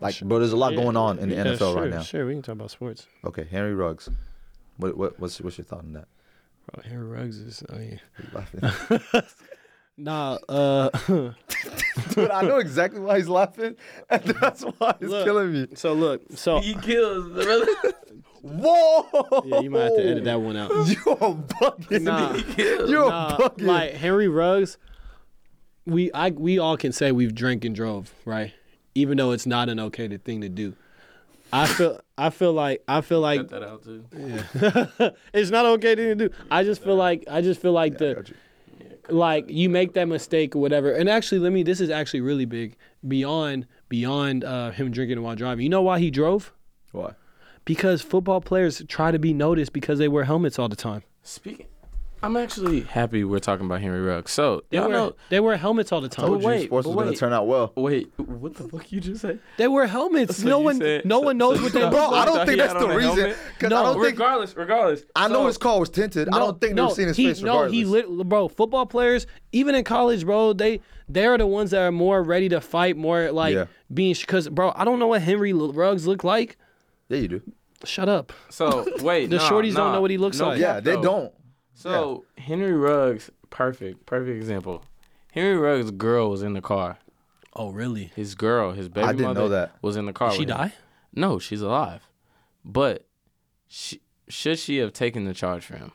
Speaker 3: Like, bro, there's a lot going on in the NFL right now.
Speaker 4: Sure, we can talk about sports.
Speaker 3: Okay, Henry Ruggs. What what what's what's your thought on that?
Speaker 4: Bro, Henry Ruggs is. I mean,
Speaker 3: Laughing.
Speaker 4: nah. Uh,
Speaker 3: Dude, I know exactly why he's laughing, and that's why it's
Speaker 4: Look.
Speaker 3: killing me.
Speaker 4: so look, so
Speaker 1: kills.
Speaker 3: Whoa!
Speaker 4: yeah, you might have to edit that one out.
Speaker 3: You're bugging
Speaker 4: Nah.
Speaker 3: me. You're
Speaker 4: Nah,
Speaker 3: bugging.
Speaker 4: like Henry Ruggs, we I we all can say we've drank and drove, right? Even though it's not an okay to- thing to do. I feel I feel like I feel like
Speaker 1: Cut that out too.
Speaker 4: it's not okay to do. I just feel like I just feel like the like you make that mistake or whatever. And actually, let me. This is actually really big beyond beyond uh, him drinking while driving. You know why he drove?
Speaker 3: Why?
Speaker 4: Because football players try to be noticed because they wear helmets all the time.
Speaker 1: Speaking, I'm actually happy we're talking about Henry Ruggs. So
Speaker 4: They
Speaker 1: y'all
Speaker 4: wear
Speaker 1: know.
Speaker 4: they wear helmets all the time.
Speaker 3: Told
Speaker 1: wait,
Speaker 3: you sports
Speaker 1: but
Speaker 3: was gonna
Speaker 1: wait.
Speaker 3: turn out well.
Speaker 1: Wait, what the fuck you just said?
Speaker 4: They wear helmets.
Speaker 1: So
Speaker 4: no
Speaker 1: you
Speaker 4: one
Speaker 1: said-
Speaker 4: no
Speaker 1: so-
Speaker 4: one knows
Speaker 1: so
Speaker 4: what
Speaker 1: you
Speaker 4: they
Speaker 1: thought-
Speaker 3: Bro,
Speaker 1: Look,
Speaker 3: I
Speaker 1: he
Speaker 3: don't think
Speaker 1: had
Speaker 3: that's
Speaker 1: on
Speaker 3: the
Speaker 1: a
Speaker 3: reason.
Speaker 1: helmet?
Speaker 3: Because I
Speaker 4: No.
Speaker 3: don't think.
Speaker 1: Regardless, regardless.
Speaker 3: I know
Speaker 1: So-
Speaker 3: his car was tinted. I don't think
Speaker 4: no,
Speaker 3: they've seen his
Speaker 4: he,
Speaker 3: face
Speaker 4: No,
Speaker 3: regardless.
Speaker 4: he lit, bro. Football players, even in college, bro, they they're the ones that are more ready to fight, more like
Speaker 3: Yeah.
Speaker 4: being because, bro, I don't know what Henry L- Ruggs looked like.
Speaker 3: yeah, you do.
Speaker 4: Shut up.
Speaker 1: So wait,
Speaker 4: The
Speaker 1: nah,
Speaker 4: shorties don't
Speaker 1: nah,
Speaker 4: know what he looks
Speaker 1: no cap,
Speaker 4: like.
Speaker 3: Yeah, they
Speaker 1: though.
Speaker 3: don't.
Speaker 1: So Henry Ruggs, perfect, perfect example. Henry Ruggs' girl was in the car.
Speaker 4: Oh, really?
Speaker 1: His girl, his baby
Speaker 3: didn't know
Speaker 1: mother,
Speaker 3: that.
Speaker 1: was in the car.
Speaker 4: She
Speaker 1: with him.
Speaker 4: die?
Speaker 1: No, she's alive. But she, should she have taken the charge for him?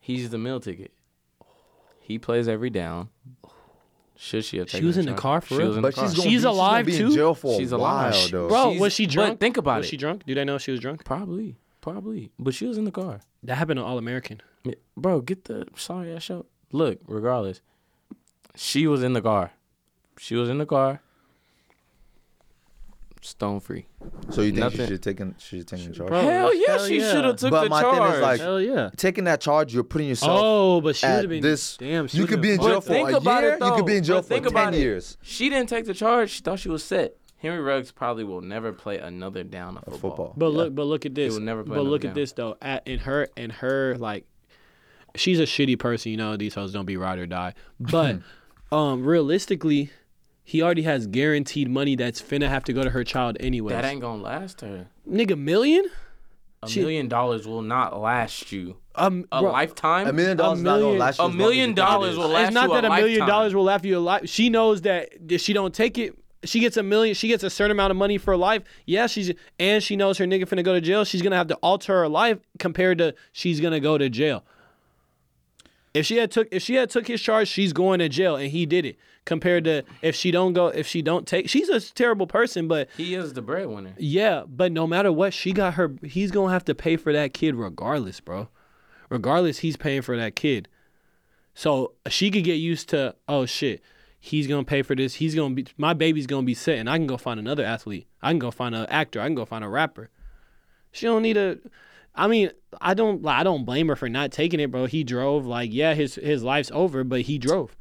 Speaker 1: He's the meal ticket. He plays every down. Should she have
Speaker 4: She
Speaker 1: taken?
Speaker 4: was in the
Speaker 1: charge?
Speaker 4: car for
Speaker 1: She
Speaker 4: real?
Speaker 1: was in
Speaker 3: But
Speaker 1: the car.
Speaker 3: she's gonna
Speaker 4: She's
Speaker 3: be, gonna
Speaker 4: alive,
Speaker 3: be
Speaker 4: too?
Speaker 3: in jail for
Speaker 1: She's
Speaker 3: a
Speaker 1: alive.
Speaker 3: while,
Speaker 1: She-
Speaker 3: though.
Speaker 4: Bro,
Speaker 1: She's-
Speaker 4: was she
Speaker 1: but
Speaker 4: drunk?
Speaker 1: think about
Speaker 4: was
Speaker 1: it.
Speaker 4: she drunk? Do they know she was drunk?
Speaker 1: probably, probably. But she was in the car.
Speaker 4: That happened to All American.
Speaker 1: Yeah, Bro, get the sorry I show. Look, regardless, she was in the car. She was in the car. Stone free.
Speaker 3: so you think she
Speaker 1: Nothing.
Speaker 3: should have taken? She should have taken charge.
Speaker 4: Bro,
Speaker 1: hell yeah,
Speaker 4: hell
Speaker 1: she
Speaker 4: yeah.
Speaker 1: should have took
Speaker 3: Oh, But
Speaker 1: the
Speaker 3: my thing is,
Speaker 1: charge.
Speaker 3: like,
Speaker 4: Hell yeah.
Speaker 3: Taking that charge, you're putting yourself.
Speaker 4: Oh, but she would
Speaker 3: at
Speaker 4: have been
Speaker 3: this,
Speaker 4: Damn, she
Speaker 3: you
Speaker 4: would've
Speaker 3: could be
Speaker 4: been
Speaker 3: in jail
Speaker 4: fucked
Speaker 3: for
Speaker 4: up.
Speaker 1: think
Speaker 3: a
Speaker 1: about it,
Speaker 3: year. you
Speaker 1: though.
Speaker 3: could be in jail
Speaker 1: But
Speaker 3: for
Speaker 1: think
Speaker 3: ten
Speaker 1: about it.
Speaker 3: years.
Speaker 1: she didn't take the charge. She thought she was set. Henry Ruggs probably will never play another down of football.
Speaker 3: Football.
Speaker 4: But look, but look at this.
Speaker 1: will never play
Speaker 4: but
Speaker 1: another
Speaker 4: look
Speaker 1: game.
Speaker 4: at this though. At, in her, in her, like, she's a shitty person. You know, these hoes don't be ride or die. But um, realistically, he already has guaranteed money that's finna have to go to her child anyway.
Speaker 1: That ain't gonna last her.
Speaker 4: Nigga, million.
Speaker 1: A
Speaker 4: Shit.
Speaker 1: million dollars will not last you
Speaker 4: Um,
Speaker 1: a
Speaker 4: bro,
Speaker 1: lifetime.
Speaker 3: A million dollars is not gonna
Speaker 4: million-
Speaker 3: last you.
Speaker 1: a
Speaker 3: as long as
Speaker 1: million
Speaker 3: you think it
Speaker 1: dollars
Speaker 3: is.
Speaker 1: will last
Speaker 4: It's not
Speaker 1: you
Speaker 4: that a million
Speaker 1: lifetime.
Speaker 4: dollars will laugh you a life. She knows that if she don't take it, she gets a million. She gets a certain amount of money for her life. Yeah, she's and she knows her nigga finna go to jail. She's gonna have to alter her life compared to she's gonna go to jail. If she had took if she had took his charge, she's going to jail, and he did it. Compared to if she don't go, if she don't take, she's a terrible person. But
Speaker 1: He is the breadwinner.
Speaker 4: yeah, but no matter what, she got her. He's gonna have to pay for that kid regardless, bro. Regardless, he's paying for that kid. So she could get used to, oh shit, he's gonna pay for this. He's gonna be my baby's gonna be set, and I can go find another athlete. I can go find an actor. I can go find a rapper. She don't need a. I mean, I don't. I don't blame her for not taking it, bro. He drove. Like, yeah, his his life's over, but he drove,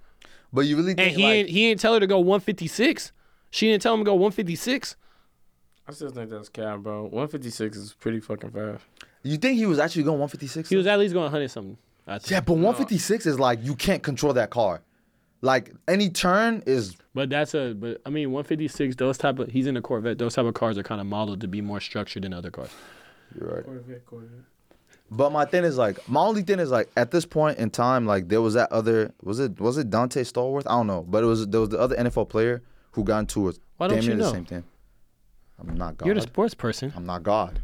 Speaker 3: But you really
Speaker 4: and
Speaker 3: think
Speaker 4: he
Speaker 3: like,
Speaker 4: ain't he ain't tell her to go 156. She didn't tell him to go 156.
Speaker 1: I still think that's cap, bro. 156 is pretty fucking fast.
Speaker 3: you think he was actually going 156?
Speaker 4: He was at least going 100 something. I think.
Speaker 3: yeah, but 156 is like you can't control that car. Like any turn is
Speaker 4: But that's a but I mean 156 those type of he's in a Corvette. Those type of cars are kind of modeled to be more structured than other cars.
Speaker 3: You're right.
Speaker 2: Corvette, Corvette.
Speaker 3: But my thing is like my only thing is like at this point in time, like there was that other was it was it Dante Stallworth? I don't know, but it was there was the other NFL player who got into it.
Speaker 4: Why don't
Speaker 3: damn
Speaker 4: you
Speaker 3: near the
Speaker 4: know?
Speaker 3: same thing. I'm not God.
Speaker 4: You're the sports person.
Speaker 3: I'm not God.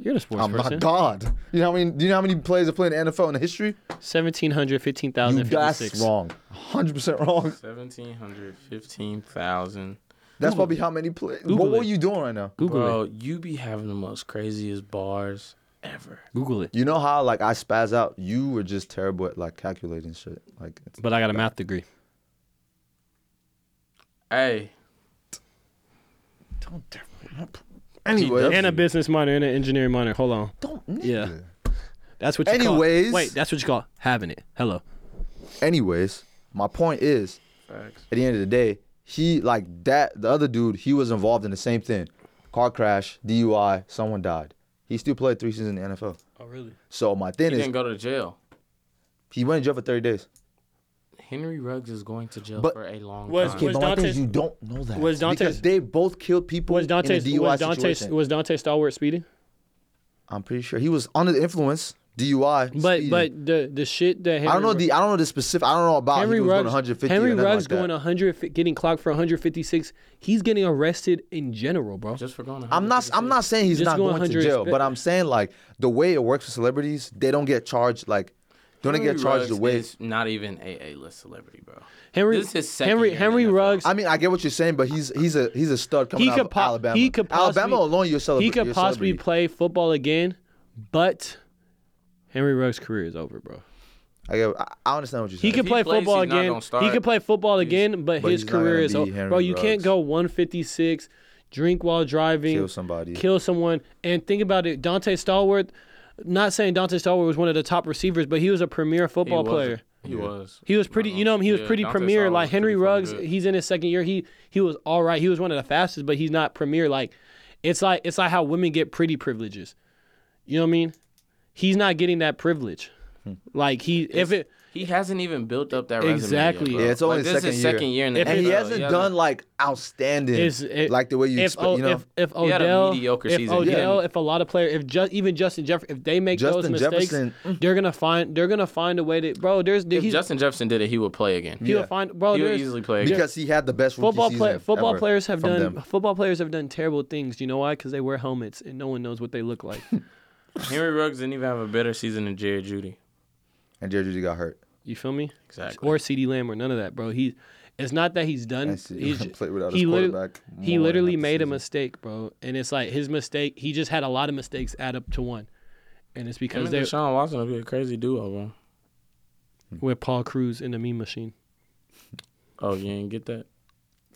Speaker 4: You're the sports
Speaker 3: I'm
Speaker 4: person.
Speaker 3: not Oh God. You know how many? Do you know how many players have played in the NFL in the history?
Speaker 4: 1700
Speaker 3: You that's
Speaker 4: 15,056.
Speaker 3: wrong. 100 percent wrong.
Speaker 1: 1,700, 15,000.
Speaker 3: That's probably how many players.
Speaker 4: Google
Speaker 3: What were
Speaker 4: it.
Speaker 3: you doing right now?
Speaker 4: Google
Speaker 1: Bro,
Speaker 4: it.
Speaker 1: you be having the most craziest bars ever.
Speaker 4: Google it.
Speaker 3: You know how like I spaz out. You were just terrible at like calculating shit. Like it's,
Speaker 4: But I got a math degree.
Speaker 1: Hey,
Speaker 3: don't. dare- Anyway,
Speaker 4: And a business minor and an engineering minor. Hold on.
Speaker 3: don't.
Speaker 4: Yeah.
Speaker 3: nigga.
Speaker 4: That's what you call
Speaker 3: Anyways.
Speaker 4: Wait, that's what you call having it. Hello.
Speaker 3: Anyways, my point is,
Speaker 1: facts.
Speaker 3: at the end of the day, he like that. The other dude, he was involved in the same thing: car crash, DUI, someone died. He still played three seasons in the NFL.
Speaker 4: Oh really?
Speaker 3: So my thing
Speaker 1: He
Speaker 3: is,
Speaker 1: didn't go to jail.
Speaker 3: he went in jail for 30 days.
Speaker 1: Henry Ruggs is going to jail
Speaker 3: But-
Speaker 1: for a long
Speaker 4: Was-
Speaker 1: time.
Speaker 3: Okay,
Speaker 4: was
Speaker 3: but my thing is
Speaker 4: Dante's-
Speaker 3: you don't know that
Speaker 4: was Dante's-
Speaker 3: because they both killed people
Speaker 4: Was Dante
Speaker 3: in a DUI
Speaker 4: was Dante
Speaker 3: situation.
Speaker 4: was Dante Stallworth speeding?
Speaker 3: I'm pretty sure he was under the influence, DUI.
Speaker 4: But
Speaker 3: speeding.
Speaker 4: but the the shit that Henry
Speaker 3: I don't know the I don't know the specific. I don't know about
Speaker 4: Henry
Speaker 3: he was going
Speaker 4: Ruggs,
Speaker 3: 150.
Speaker 4: Henry
Speaker 3: or nothing
Speaker 4: Ruggs
Speaker 3: like that.
Speaker 4: going 100, getting clocked for 156. He's getting arrested in general, bro.
Speaker 1: Just for going.
Speaker 3: I'm not. I'm not saying he's
Speaker 4: Just
Speaker 3: not
Speaker 4: go
Speaker 3: going to
Speaker 4: 100
Speaker 3: jail,
Speaker 4: spe-
Speaker 3: but I'm saying like the way it works with celebrities, they don't get charged like, don't they get charged the way.
Speaker 1: Is not even a A list celebrity, bro.
Speaker 4: Henry,
Speaker 1: This is his second
Speaker 4: Henry,
Speaker 1: year in
Speaker 4: Henry
Speaker 1: the NFL.
Speaker 4: Ruggs.
Speaker 3: I mean, I get what you're saying, but he's he's a he's a stud coming
Speaker 4: He
Speaker 3: out
Speaker 4: could
Speaker 3: of
Speaker 4: po-
Speaker 3: Alabama.
Speaker 4: he could possibly-
Speaker 3: Alabama alone, you're celebrating.
Speaker 4: he could possibly play football again, but Henry Ruggs' career is over, bro.
Speaker 3: I, get, I- I understand what you're
Speaker 4: He
Speaker 3: saying.
Speaker 4: could
Speaker 1: he
Speaker 4: play
Speaker 1: plays,
Speaker 4: football
Speaker 1: he's not
Speaker 4: again.
Speaker 1: gonna start.
Speaker 4: He could play football again, but,
Speaker 3: but
Speaker 4: his
Speaker 3: he's not
Speaker 4: career
Speaker 3: gonna
Speaker 4: is
Speaker 3: be
Speaker 4: over,
Speaker 3: Henry
Speaker 4: bro. You can't
Speaker 3: Ruggs.
Speaker 4: go 156, drink while driving,
Speaker 3: Kill somebody.
Speaker 4: kill someone, and think about it. Dante Stallworth. Not saying Dante Stallworth was one of the top receivers, but he was a premier
Speaker 1: He
Speaker 4: football
Speaker 1: was-
Speaker 4: player.
Speaker 1: He was.
Speaker 4: He was pretty, you know, him, he was
Speaker 1: Uh-huh. Yeah,
Speaker 4: pretty
Speaker 1: Dante
Speaker 4: premier.
Speaker 1: Saul
Speaker 4: Like
Speaker 1: was
Speaker 4: Henry
Speaker 1: pretty fucking
Speaker 4: Ruggs,
Speaker 1: good.
Speaker 4: he's in his second year. He he was all right. He was one of the fastest, but he's not premier. Like it's like it's like how women get pretty privileges. You know what I mean? He's not getting that privilege.
Speaker 1: Hmm.
Speaker 4: Like he, if it
Speaker 1: He hasn't even built up that resume.
Speaker 4: Exactly.
Speaker 1: Yet, bro.
Speaker 4: Yeah,
Speaker 3: it's only
Speaker 1: like,
Speaker 3: his
Speaker 1: this is second
Speaker 3: second year.
Speaker 1: year in the
Speaker 4: If
Speaker 3: And
Speaker 1: NFL.
Speaker 3: he hasn't done like outstanding,
Speaker 4: is it,
Speaker 3: like the way you
Speaker 4: if, oh,
Speaker 3: expect. You know,
Speaker 4: if if
Speaker 1: He had a
Speaker 4: Odell,
Speaker 1: mediocre
Speaker 4: if
Speaker 1: season.
Speaker 4: Odell,
Speaker 1: Yeah.
Speaker 4: if a lot of players, if just even Justin Jefferson, if they make
Speaker 3: Justin
Speaker 4: those mistakes,
Speaker 3: Jefferson,
Speaker 4: they're gonna find they're gonna find a way to bro. There's
Speaker 1: If
Speaker 4: he's,
Speaker 1: Justin Jefferson did it, he would play again.
Speaker 4: he'll
Speaker 3: yeah.
Speaker 4: find bro.
Speaker 1: he would
Speaker 4: there's-
Speaker 1: easily play again.
Speaker 3: because he had the best rookie
Speaker 4: football
Speaker 3: season
Speaker 4: player, football
Speaker 3: ever
Speaker 4: players have
Speaker 3: from
Speaker 4: done
Speaker 3: them.
Speaker 4: football players have done terrible things. You know why? Because they wear helmets and no one knows what they look like.
Speaker 1: Henry Ruggs didn't even have a better season than Jared Judy.
Speaker 3: And Jerry Judy got hurt.
Speaker 4: you feel me?
Speaker 1: Exactly.
Speaker 4: Or C.D. Lamb or none of that, bro. He, it's not that he's done.
Speaker 3: And see,
Speaker 4: He's,
Speaker 3: played without
Speaker 4: he
Speaker 3: his
Speaker 4: literally-
Speaker 3: quarterback more
Speaker 4: he
Speaker 3: than
Speaker 4: literally
Speaker 3: half the
Speaker 4: made a
Speaker 3: season.
Speaker 4: mistake, bro. And it's like his mistake. He just had a lot of mistakes add up to one, and it's
Speaker 1: Him
Speaker 4: because
Speaker 1: and
Speaker 4: they're
Speaker 1: Deshaun Watson will be a crazy duo, bro.
Speaker 4: with Paul Cruz in the meme machine.
Speaker 1: Oh, you didn't get that?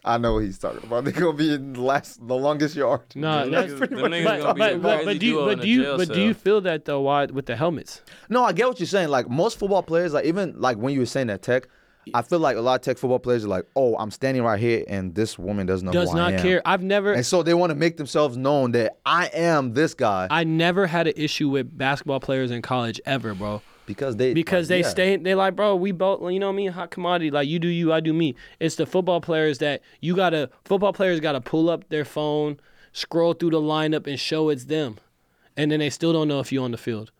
Speaker 3: I know what he's talking about. They're gonna be in the last, the longest yard.
Speaker 4: No,
Speaker 1: Them
Speaker 4: that's
Speaker 1: niggas- them niggas
Speaker 4: but,
Speaker 1: gonna
Speaker 4: but,
Speaker 1: be a
Speaker 4: but, but
Speaker 1: crazy
Speaker 4: do you
Speaker 1: duo in
Speaker 4: but
Speaker 1: a
Speaker 4: do you
Speaker 1: jail
Speaker 4: but do you
Speaker 1: cell.
Speaker 4: feel that though? Why with the helmets?
Speaker 3: No, I get what you're saying. Like most football players, like even like when you were saying that tech, I feel like a lot of tech football players are like, oh, I'm standing right here, and this woman doesn't know
Speaker 4: Does
Speaker 3: who I
Speaker 4: not
Speaker 3: am.
Speaker 4: care. I've never
Speaker 3: And so they want to make themselves known that I am this guy
Speaker 4: I never had an issue with basketball players in college ever, bro.
Speaker 3: because they
Speaker 4: because
Speaker 3: like,
Speaker 4: they
Speaker 3: yeah.
Speaker 4: stay they like bro we both you know what I mean hot commodity like you do you I do me it's the football players that you gotta football players gotta pull up their phone scroll through the lineup and show it's them and then they still don't know if you're on the field.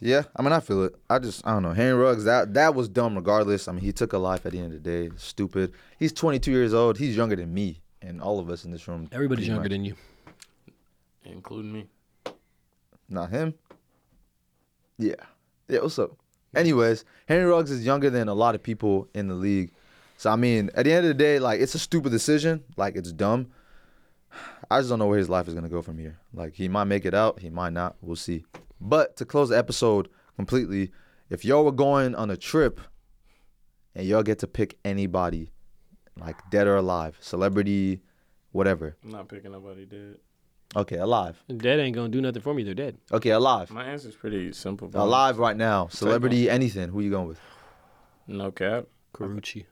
Speaker 3: Yeah, I mean, I feel it. I just, I don't know. Henry Ruggs, that that was dumb. Regardless, I mean, he took a life at the end of the day. Stupid. He's 22 years old. He's younger than me and all of us in this room.
Speaker 4: Everybody's younger than you.
Speaker 1: including me.
Speaker 3: Not him. Yeah. Yeah, what's up? Anyways, Henry Ruggs is younger than a lot of people in the league. So I mean, at the end of the day, like it's a stupid decision. Like it's dumb. I just don't know where his life is gonna go from here. Like he might make it out, he might not. We'll see. But to close the episode completely, if y'all were going on a trip and y'all get to pick anybody, like dead or alive, celebrity, whatever.
Speaker 1: I'm not picking up what he did.
Speaker 3: Okay, alive.
Speaker 4: Dead ain't gonna do nothing for me. They're dead.
Speaker 3: Okay, alive.
Speaker 1: My answer's pretty simple. bro.
Speaker 3: Alive right now. Celebrity, anything. Who you going with?
Speaker 1: No cap.
Speaker 4: Carucci.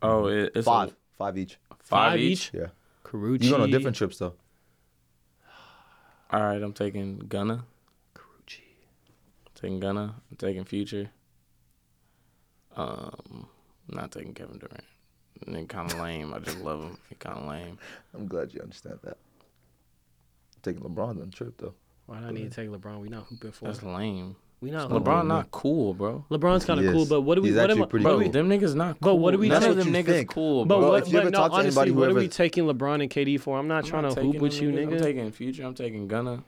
Speaker 1: Oh, it, it's a-
Speaker 3: Five. Five each.
Speaker 1: five, each.
Speaker 3: Yeah.
Speaker 4: Carucci.
Speaker 3: You going on different trips though.
Speaker 1: All right, I'm taking Gunna.
Speaker 4: Carucci.
Speaker 1: Taking Gunna. I'm taking Future. Um, I'm not taking Kevin Durant. And then kind of lame. I just love him. He kind of lame.
Speaker 3: I'm glad you understand that. Taking LeBron on a trip though.
Speaker 4: Why do I need to take LeBron? We not hooping for.
Speaker 1: That's lame.
Speaker 4: We not
Speaker 1: LeBron
Speaker 4: hooping.
Speaker 1: not cool, bro.
Speaker 4: LeBron's kind
Speaker 3: He
Speaker 4: of cool,
Speaker 3: is.
Speaker 4: but what do we?
Speaker 3: He's
Speaker 4: what
Speaker 3: actually
Speaker 4: am I-
Speaker 3: pretty
Speaker 4: what
Speaker 1: Bro,
Speaker 4: do we-
Speaker 3: cool.
Speaker 1: them niggas not.
Speaker 4: But
Speaker 1: cool.
Speaker 4: what do we-
Speaker 1: None
Speaker 4: that's
Speaker 1: of
Speaker 3: what
Speaker 1: them
Speaker 3: you
Speaker 1: niggas
Speaker 3: think.
Speaker 1: cool,
Speaker 4: But
Speaker 1: bro.
Speaker 3: Bro,
Speaker 4: what,
Speaker 3: if you
Speaker 4: but
Speaker 3: ever
Speaker 4: no,
Speaker 3: talk to
Speaker 4: honestly,
Speaker 3: anybody who
Speaker 4: what are
Speaker 3: ever-
Speaker 4: we taking LeBron and KD for? I'm not
Speaker 1: I'm
Speaker 4: trying
Speaker 1: not
Speaker 4: to
Speaker 1: taking
Speaker 4: hoop with
Speaker 1: them
Speaker 4: you,
Speaker 1: niggas. I'm
Speaker 4: nigga.
Speaker 1: taking Future. I'm taking Gunna.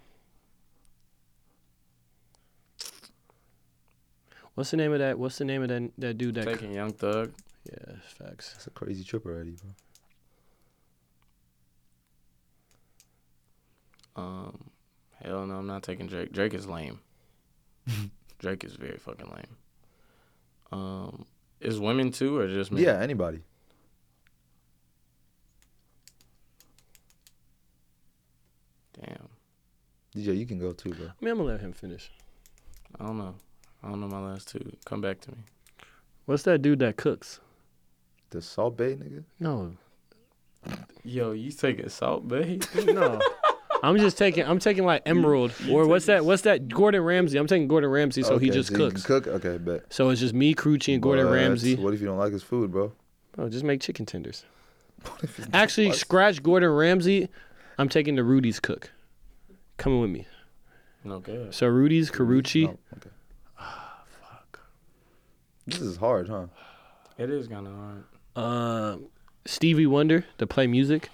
Speaker 4: What's the name of that? What's the name of that that dude
Speaker 1: I'm
Speaker 4: that?
Speaker 1: taking Young Thug.
Speaker 4: Yeah, facts.
Speaker 3: That's a crazy trip already, bro.
Speaker 1: Um, hell no, I'm not taking Drake. Drake is lame. Drake is very fucking lame. Um, is women too or just me?
Speaker 3: Yeah, anybody.
Speaker 1: Damn.
Speaker 3: DJ, you can go too, bro.
Speaker 4: I mean, I'm gonna let him finish.
Speaker 1: I don't know. I don't know my last two. Come back to me.
Speaker 4: What's that dude that cooks?
Speaker 3: The Salt Bay nigga.
Speaker 4: No,
Speaker 1: Yo, you taking Salt Bay?
Speaker 4: no. I'm just taking. I'm taking like Emerald or what's that? What's that? Gordon Ramsay. I'm taking Gordon Ramsay, so he
Speaker 3: Okay,
Speaker 4: just
Speaker 3: you can
Speaker 4: cooks.
Speaker 3: Cook. Okay, bet.
Speaker 4: So it's just me, Crucci, and Gordon
Speaker 3: But
Speaker 4: Ramsay.
Speaker 3: What if you don't like his food, bro?
Speaker 4: Bro, just make chicken tenders.
Speaker 3: What if you-
Speaker 4: Actually,
Speaker 3: What?
Speaker 4: scratch Gordon Ramsay. I'm taking the Rudy's cook. Coming with me.
Speaker 1: no good.
Speaker 4: So Rudy's Carucci.
Speaker 3: No, okay. This is hard, huh?
Speaker 1: It is kind of hard.
Speaker 4: uh, Stevie Wonder to play music.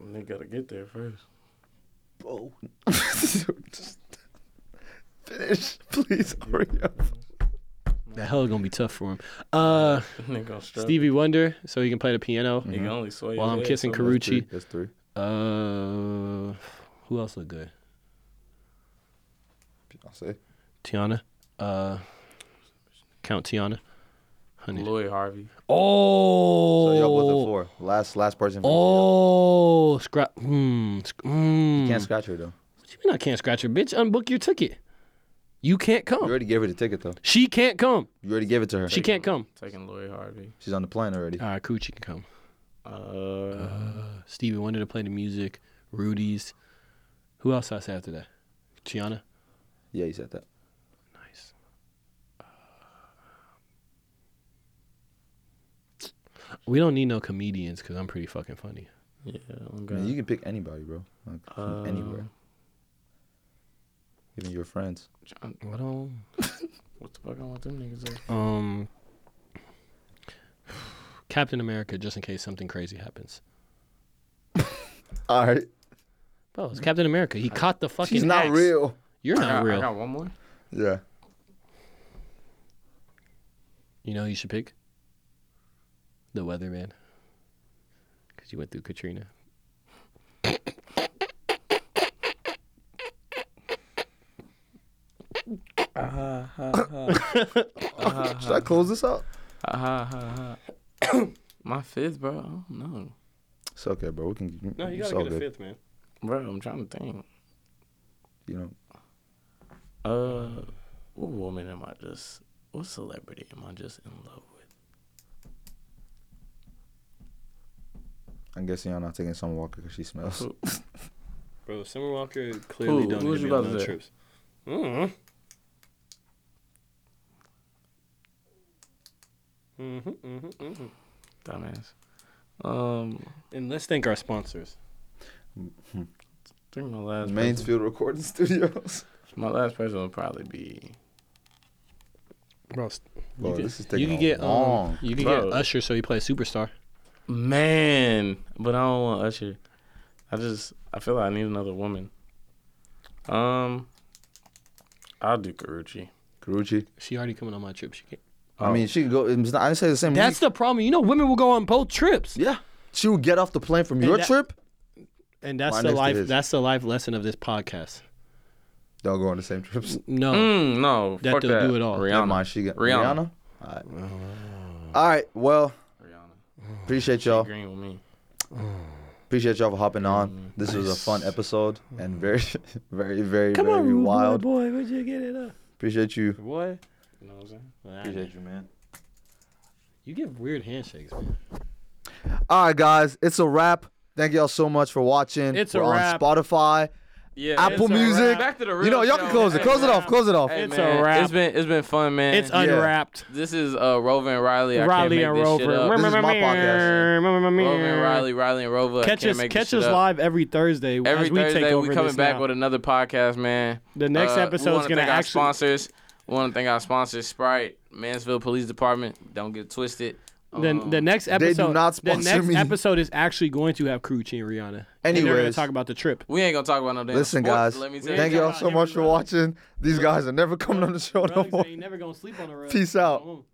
Speaker 1: They gotta get there first.
Speaker 3: Whoa. Just finish, please. Hurry up.
Speaker 4: The hell gonna be tough for him. Uh,
Speaker 1: Nigga gonna struggle.
Speaker 4: Stevie Wonder, so he can play the piano.
Speaker 3: Mm-hmm.
Speaker 1: He can only sway.
Speaker 4: While
Speaker 1: his
Speaker 4: I'm
Speaker 1: head
Speaker 4: kissing
Speaker 1: so much.
Speaker 4: Carucci.
Speaker 3: Three. That's three.
Speaker 4: Uh, who else look good?
Speaker 3: I'll say.
Speaker 4: Tiana. Uh, Count Tiana. Honey.
Speaker 1: Lloyd Harvey.
Speaker 4: Oh.
Speaker 3: So y'all both at four. Last, last person. for each,
Speaker 4: Oh, scratch. Hmm. sc- Hmm.
Speaker 3: yeah. Can't scratch her though.
Speaker 4: What you mean I can't scratch her, bitch? Unbook your ticket. You can't
Speaker 3: You
Speaker 4: come.
Speaker 3: already gave her the ticket though.
Speaker 4: She can't come.
Speaker 3: You already gave it to her.
Speaker 4: Oh. She can't come.
Speaker 1: Taking Lloyd Harvey.
Speaker 3: She's on the plane already.
Speaker 4: All right, Coochie can come.
Speaker 1: Uh,
Speaker 4: Uh, Stevie Wonder to play the music. Rudy's. Who else I say after that? Tiana.
Speaker 3: Yeah, you said that.
Speaker 4: Nice. We don't need no comedians because I'm pretty fucking funny.
Speaker 1: yeah. I'm
Speaker 3: I mean, you
Speaker 1: good.
Speaker 3: can pick anybody, bro. Like, from
Speaker 1: Uh,
Speaker 3: anywhere. Even your friends.
Speaker 1: John,
Speaker 4: I
Speaker 1: um?
Speaker 4: don't.
Speaker 1: what the fuck I want them niggas? at?
Speaker 4: Um. Captain America, just in case something crazy happens.
Speaker 3: All right.
Speaker 4: Bro, it's Captain America. He caught the fucking.
Speaker 3: She's not
Speaker 4: axe.
Speaker 3: real.
Speaker 4: You're
Speaker 1: I
Speaker 4: not
Speaker 1: got, I
Speaker 4: real.
Speaker 1: got one more.
Speaker 3: Yeah.
Speaker 4: You know who you should pick? The weatherman. Because you went through Katrina. Uh-huh.
Speaker 3: Should I close this out?
Speaker 1: Ha ha ha. My fifth, bro. I don't know.
Speaker 3: It's okay, bro. We can. it's all good.
Speaker 4: man.
Speaker 1: Bro, I'm trying to think.
Speaker 3: You know,
Speaker 1: Uh, what woman am I just? What celebrity am I just in love with?
Speaker 3: I'm guessing y'all not taking Summer Walker because she smells.
Speaker 1: Who-
Speaker 4: Bro, Summer Walker
Speaker 1: clearly Who? don't Who need was to you be on about to no say? trips.
Speaker 4: Mm-hmm. Mm-hmm, mm-hmm, mm-hmm.
Speaker 1: Dumbass. Um,
Speaker 4: And let's thank our sponsors.
Speaker 1: think my last person,
Speaker 3: Mansfield Recording Studios.
Speaker 1: my last person would probably be
Speaker 4: Bro,
Speaker 3: Bro,
Speaker 1: could-
Speaker 3: this is
Speaker 4: you
Speaker 3: taking
Speaker 4: could get
Speaker 3: long.
Speaker 4: um, you could
Speaker 1: Bro.
Speaker 4: get Usher, so he plays superstar.
Speaker 1: man, but I don't want Usher. I just I feel like I need another woman. Um, I'll do Karuchi.
Speaker 3: Carucci.
Speaker 4: She already coming on my trip. She can't.
Speaker 3: I mean, she could go. It's not, I didn't say the same.
Speaker 4: Oh. That's the problem. You know, women will go on both trips,
Speaker 3: yeah. She would get off the plane from your
Speaker 4: that-
Speaker 3: trip.
Speaker 4: and that's
Speaker 3: Mine
Speaker 4: the
Speaker 3: next to
Speaker 4: life.
Speaker 3: his.
Speaker 4: That's the life lesson of this podcast.
Speaker 3: Don't go on the same trips.
Speaker 4: No,
Speaker 1: Mm, no,
Speaker 4: Oh. That
Speaker 1: fuck
Speaker 4: they'll
Speaker 1: that.
Speaker 4: do it all.
Speaker 1: Rihanna.
Speaker 3: Never mind. She got
Speaker 1: Rihanna.
Speaker 3: Rihanna. All right. All right. Well,
Speaker 1: Rihanna.
Speaker 3: appreciate y'all.
Speaker 1: Green Mm-hmm. with me.
Speaker 3: Appreciate y'all for hopping on. This was a fun episode
Speaker 1: Mm-hmm.
Speaker 3: and very, very, very,
Speaker 4: come
Speaker 3: very
Speaker 4: on, rude
Speaker 3: wild.
Speaker 4: boy, boy, would you get it up?
Speaker 3: Appreciate you.
Speaker 4: Boy,
Speaker 1: You know what I'm saying?
Speaker 6: Appreciate you, man.
Speaker 4: you give weird handshakes. Man.
Speaker 3: All right, guys. It's a wrap. Thank y'all so much for watching.
Speaker 4: It's a
Speaker 3: We're
Speaker 4: wrap.
Speaker 3: on Spotify,
Speaker 1: Yeah,
Speaker 3: Apple
Speaker 4: it's a
Speaker 3: Music.
Speaker 4: wrap.
Speaker 1: Back to the real
Speaker 3: You know, y'all
Speaker 1: show.
Speaker 3: can close it.
Speaker 1: Hey,
Speaker 3: Close it
Speaker 1: man.
Speaker 3: off. Close it off.
Speaker 1: Hey,
Speaker 4: It's a
Speaker 1: man,
Speaker 4: wrap.
Speaker 1: It's been it's been fun, man.
Speaker 4: It's unwrapped.
Speaker 1: This is uh, Rover and Riley. I can't
Speaker 4: Riley
Speaker 1: make
Speaker 4: and
Speaker 1: this
Speaker 4: Rover.
Speaker 1: shit up.
Speaker 3: This is my podcast.
Speaker 1: Rover and Riley, Riley and Rover. I
Speaker 4: Catch
Speaker 1: can't
Speaker 4: us,
Speaker 1: make this
Speaker 4: catch
Speaker 1: shit
Speaker 4: us
Speaker 1: up.
Speaker 4: live every Thursday.
Speaker 1: Every
Speaker 4: as we
Speaker 1: Thursday,
Speaker 4: take over
Speaker 1: we coming
Speaker 4: this
Speaker 1: back
Speaker 4: now.
Speaker 1: with another podcast, man. Uh,
Speaker 4: The next
Speaker 1: we
Speaker 4: episode's
Speaker 1: wanna
Speaker 4: gonna
Speaker 1: thank our
Speaker 4: actually-
Speaker 1: sponsors. We want to thank our sponsors, Sprite, Mansfield Police Department. Don't get twisted.
Speaker 4: The,
Speaker 1: Um,
Speaker 4: the next
Speaker 3: do
Speaker 4: episode.
Speaker 3: not
Speaker 4: the
Speaker 3: sponsor
Speaker 4: next
Speaker 3: me.
Speaker 4: episode is actually going to have Karuchi and Rihanna. and they're gonna
Speaker 3: Anyways.
Speaker 4: talk about the trip.
Speaker 1: we ain't gonna talk about no damn
Speaker 3: Listen,
Speaker 1: sport,
Speaker 3: guys.
Speaker 1: Let me tell
Speaker 3: Thank
Speaker 1: you.
Speaker 3: y'all so much for watching. These guys are never coming on the show no more.
Speaker 4: never gonna sleep on the road.
Speaker 3: Peace out.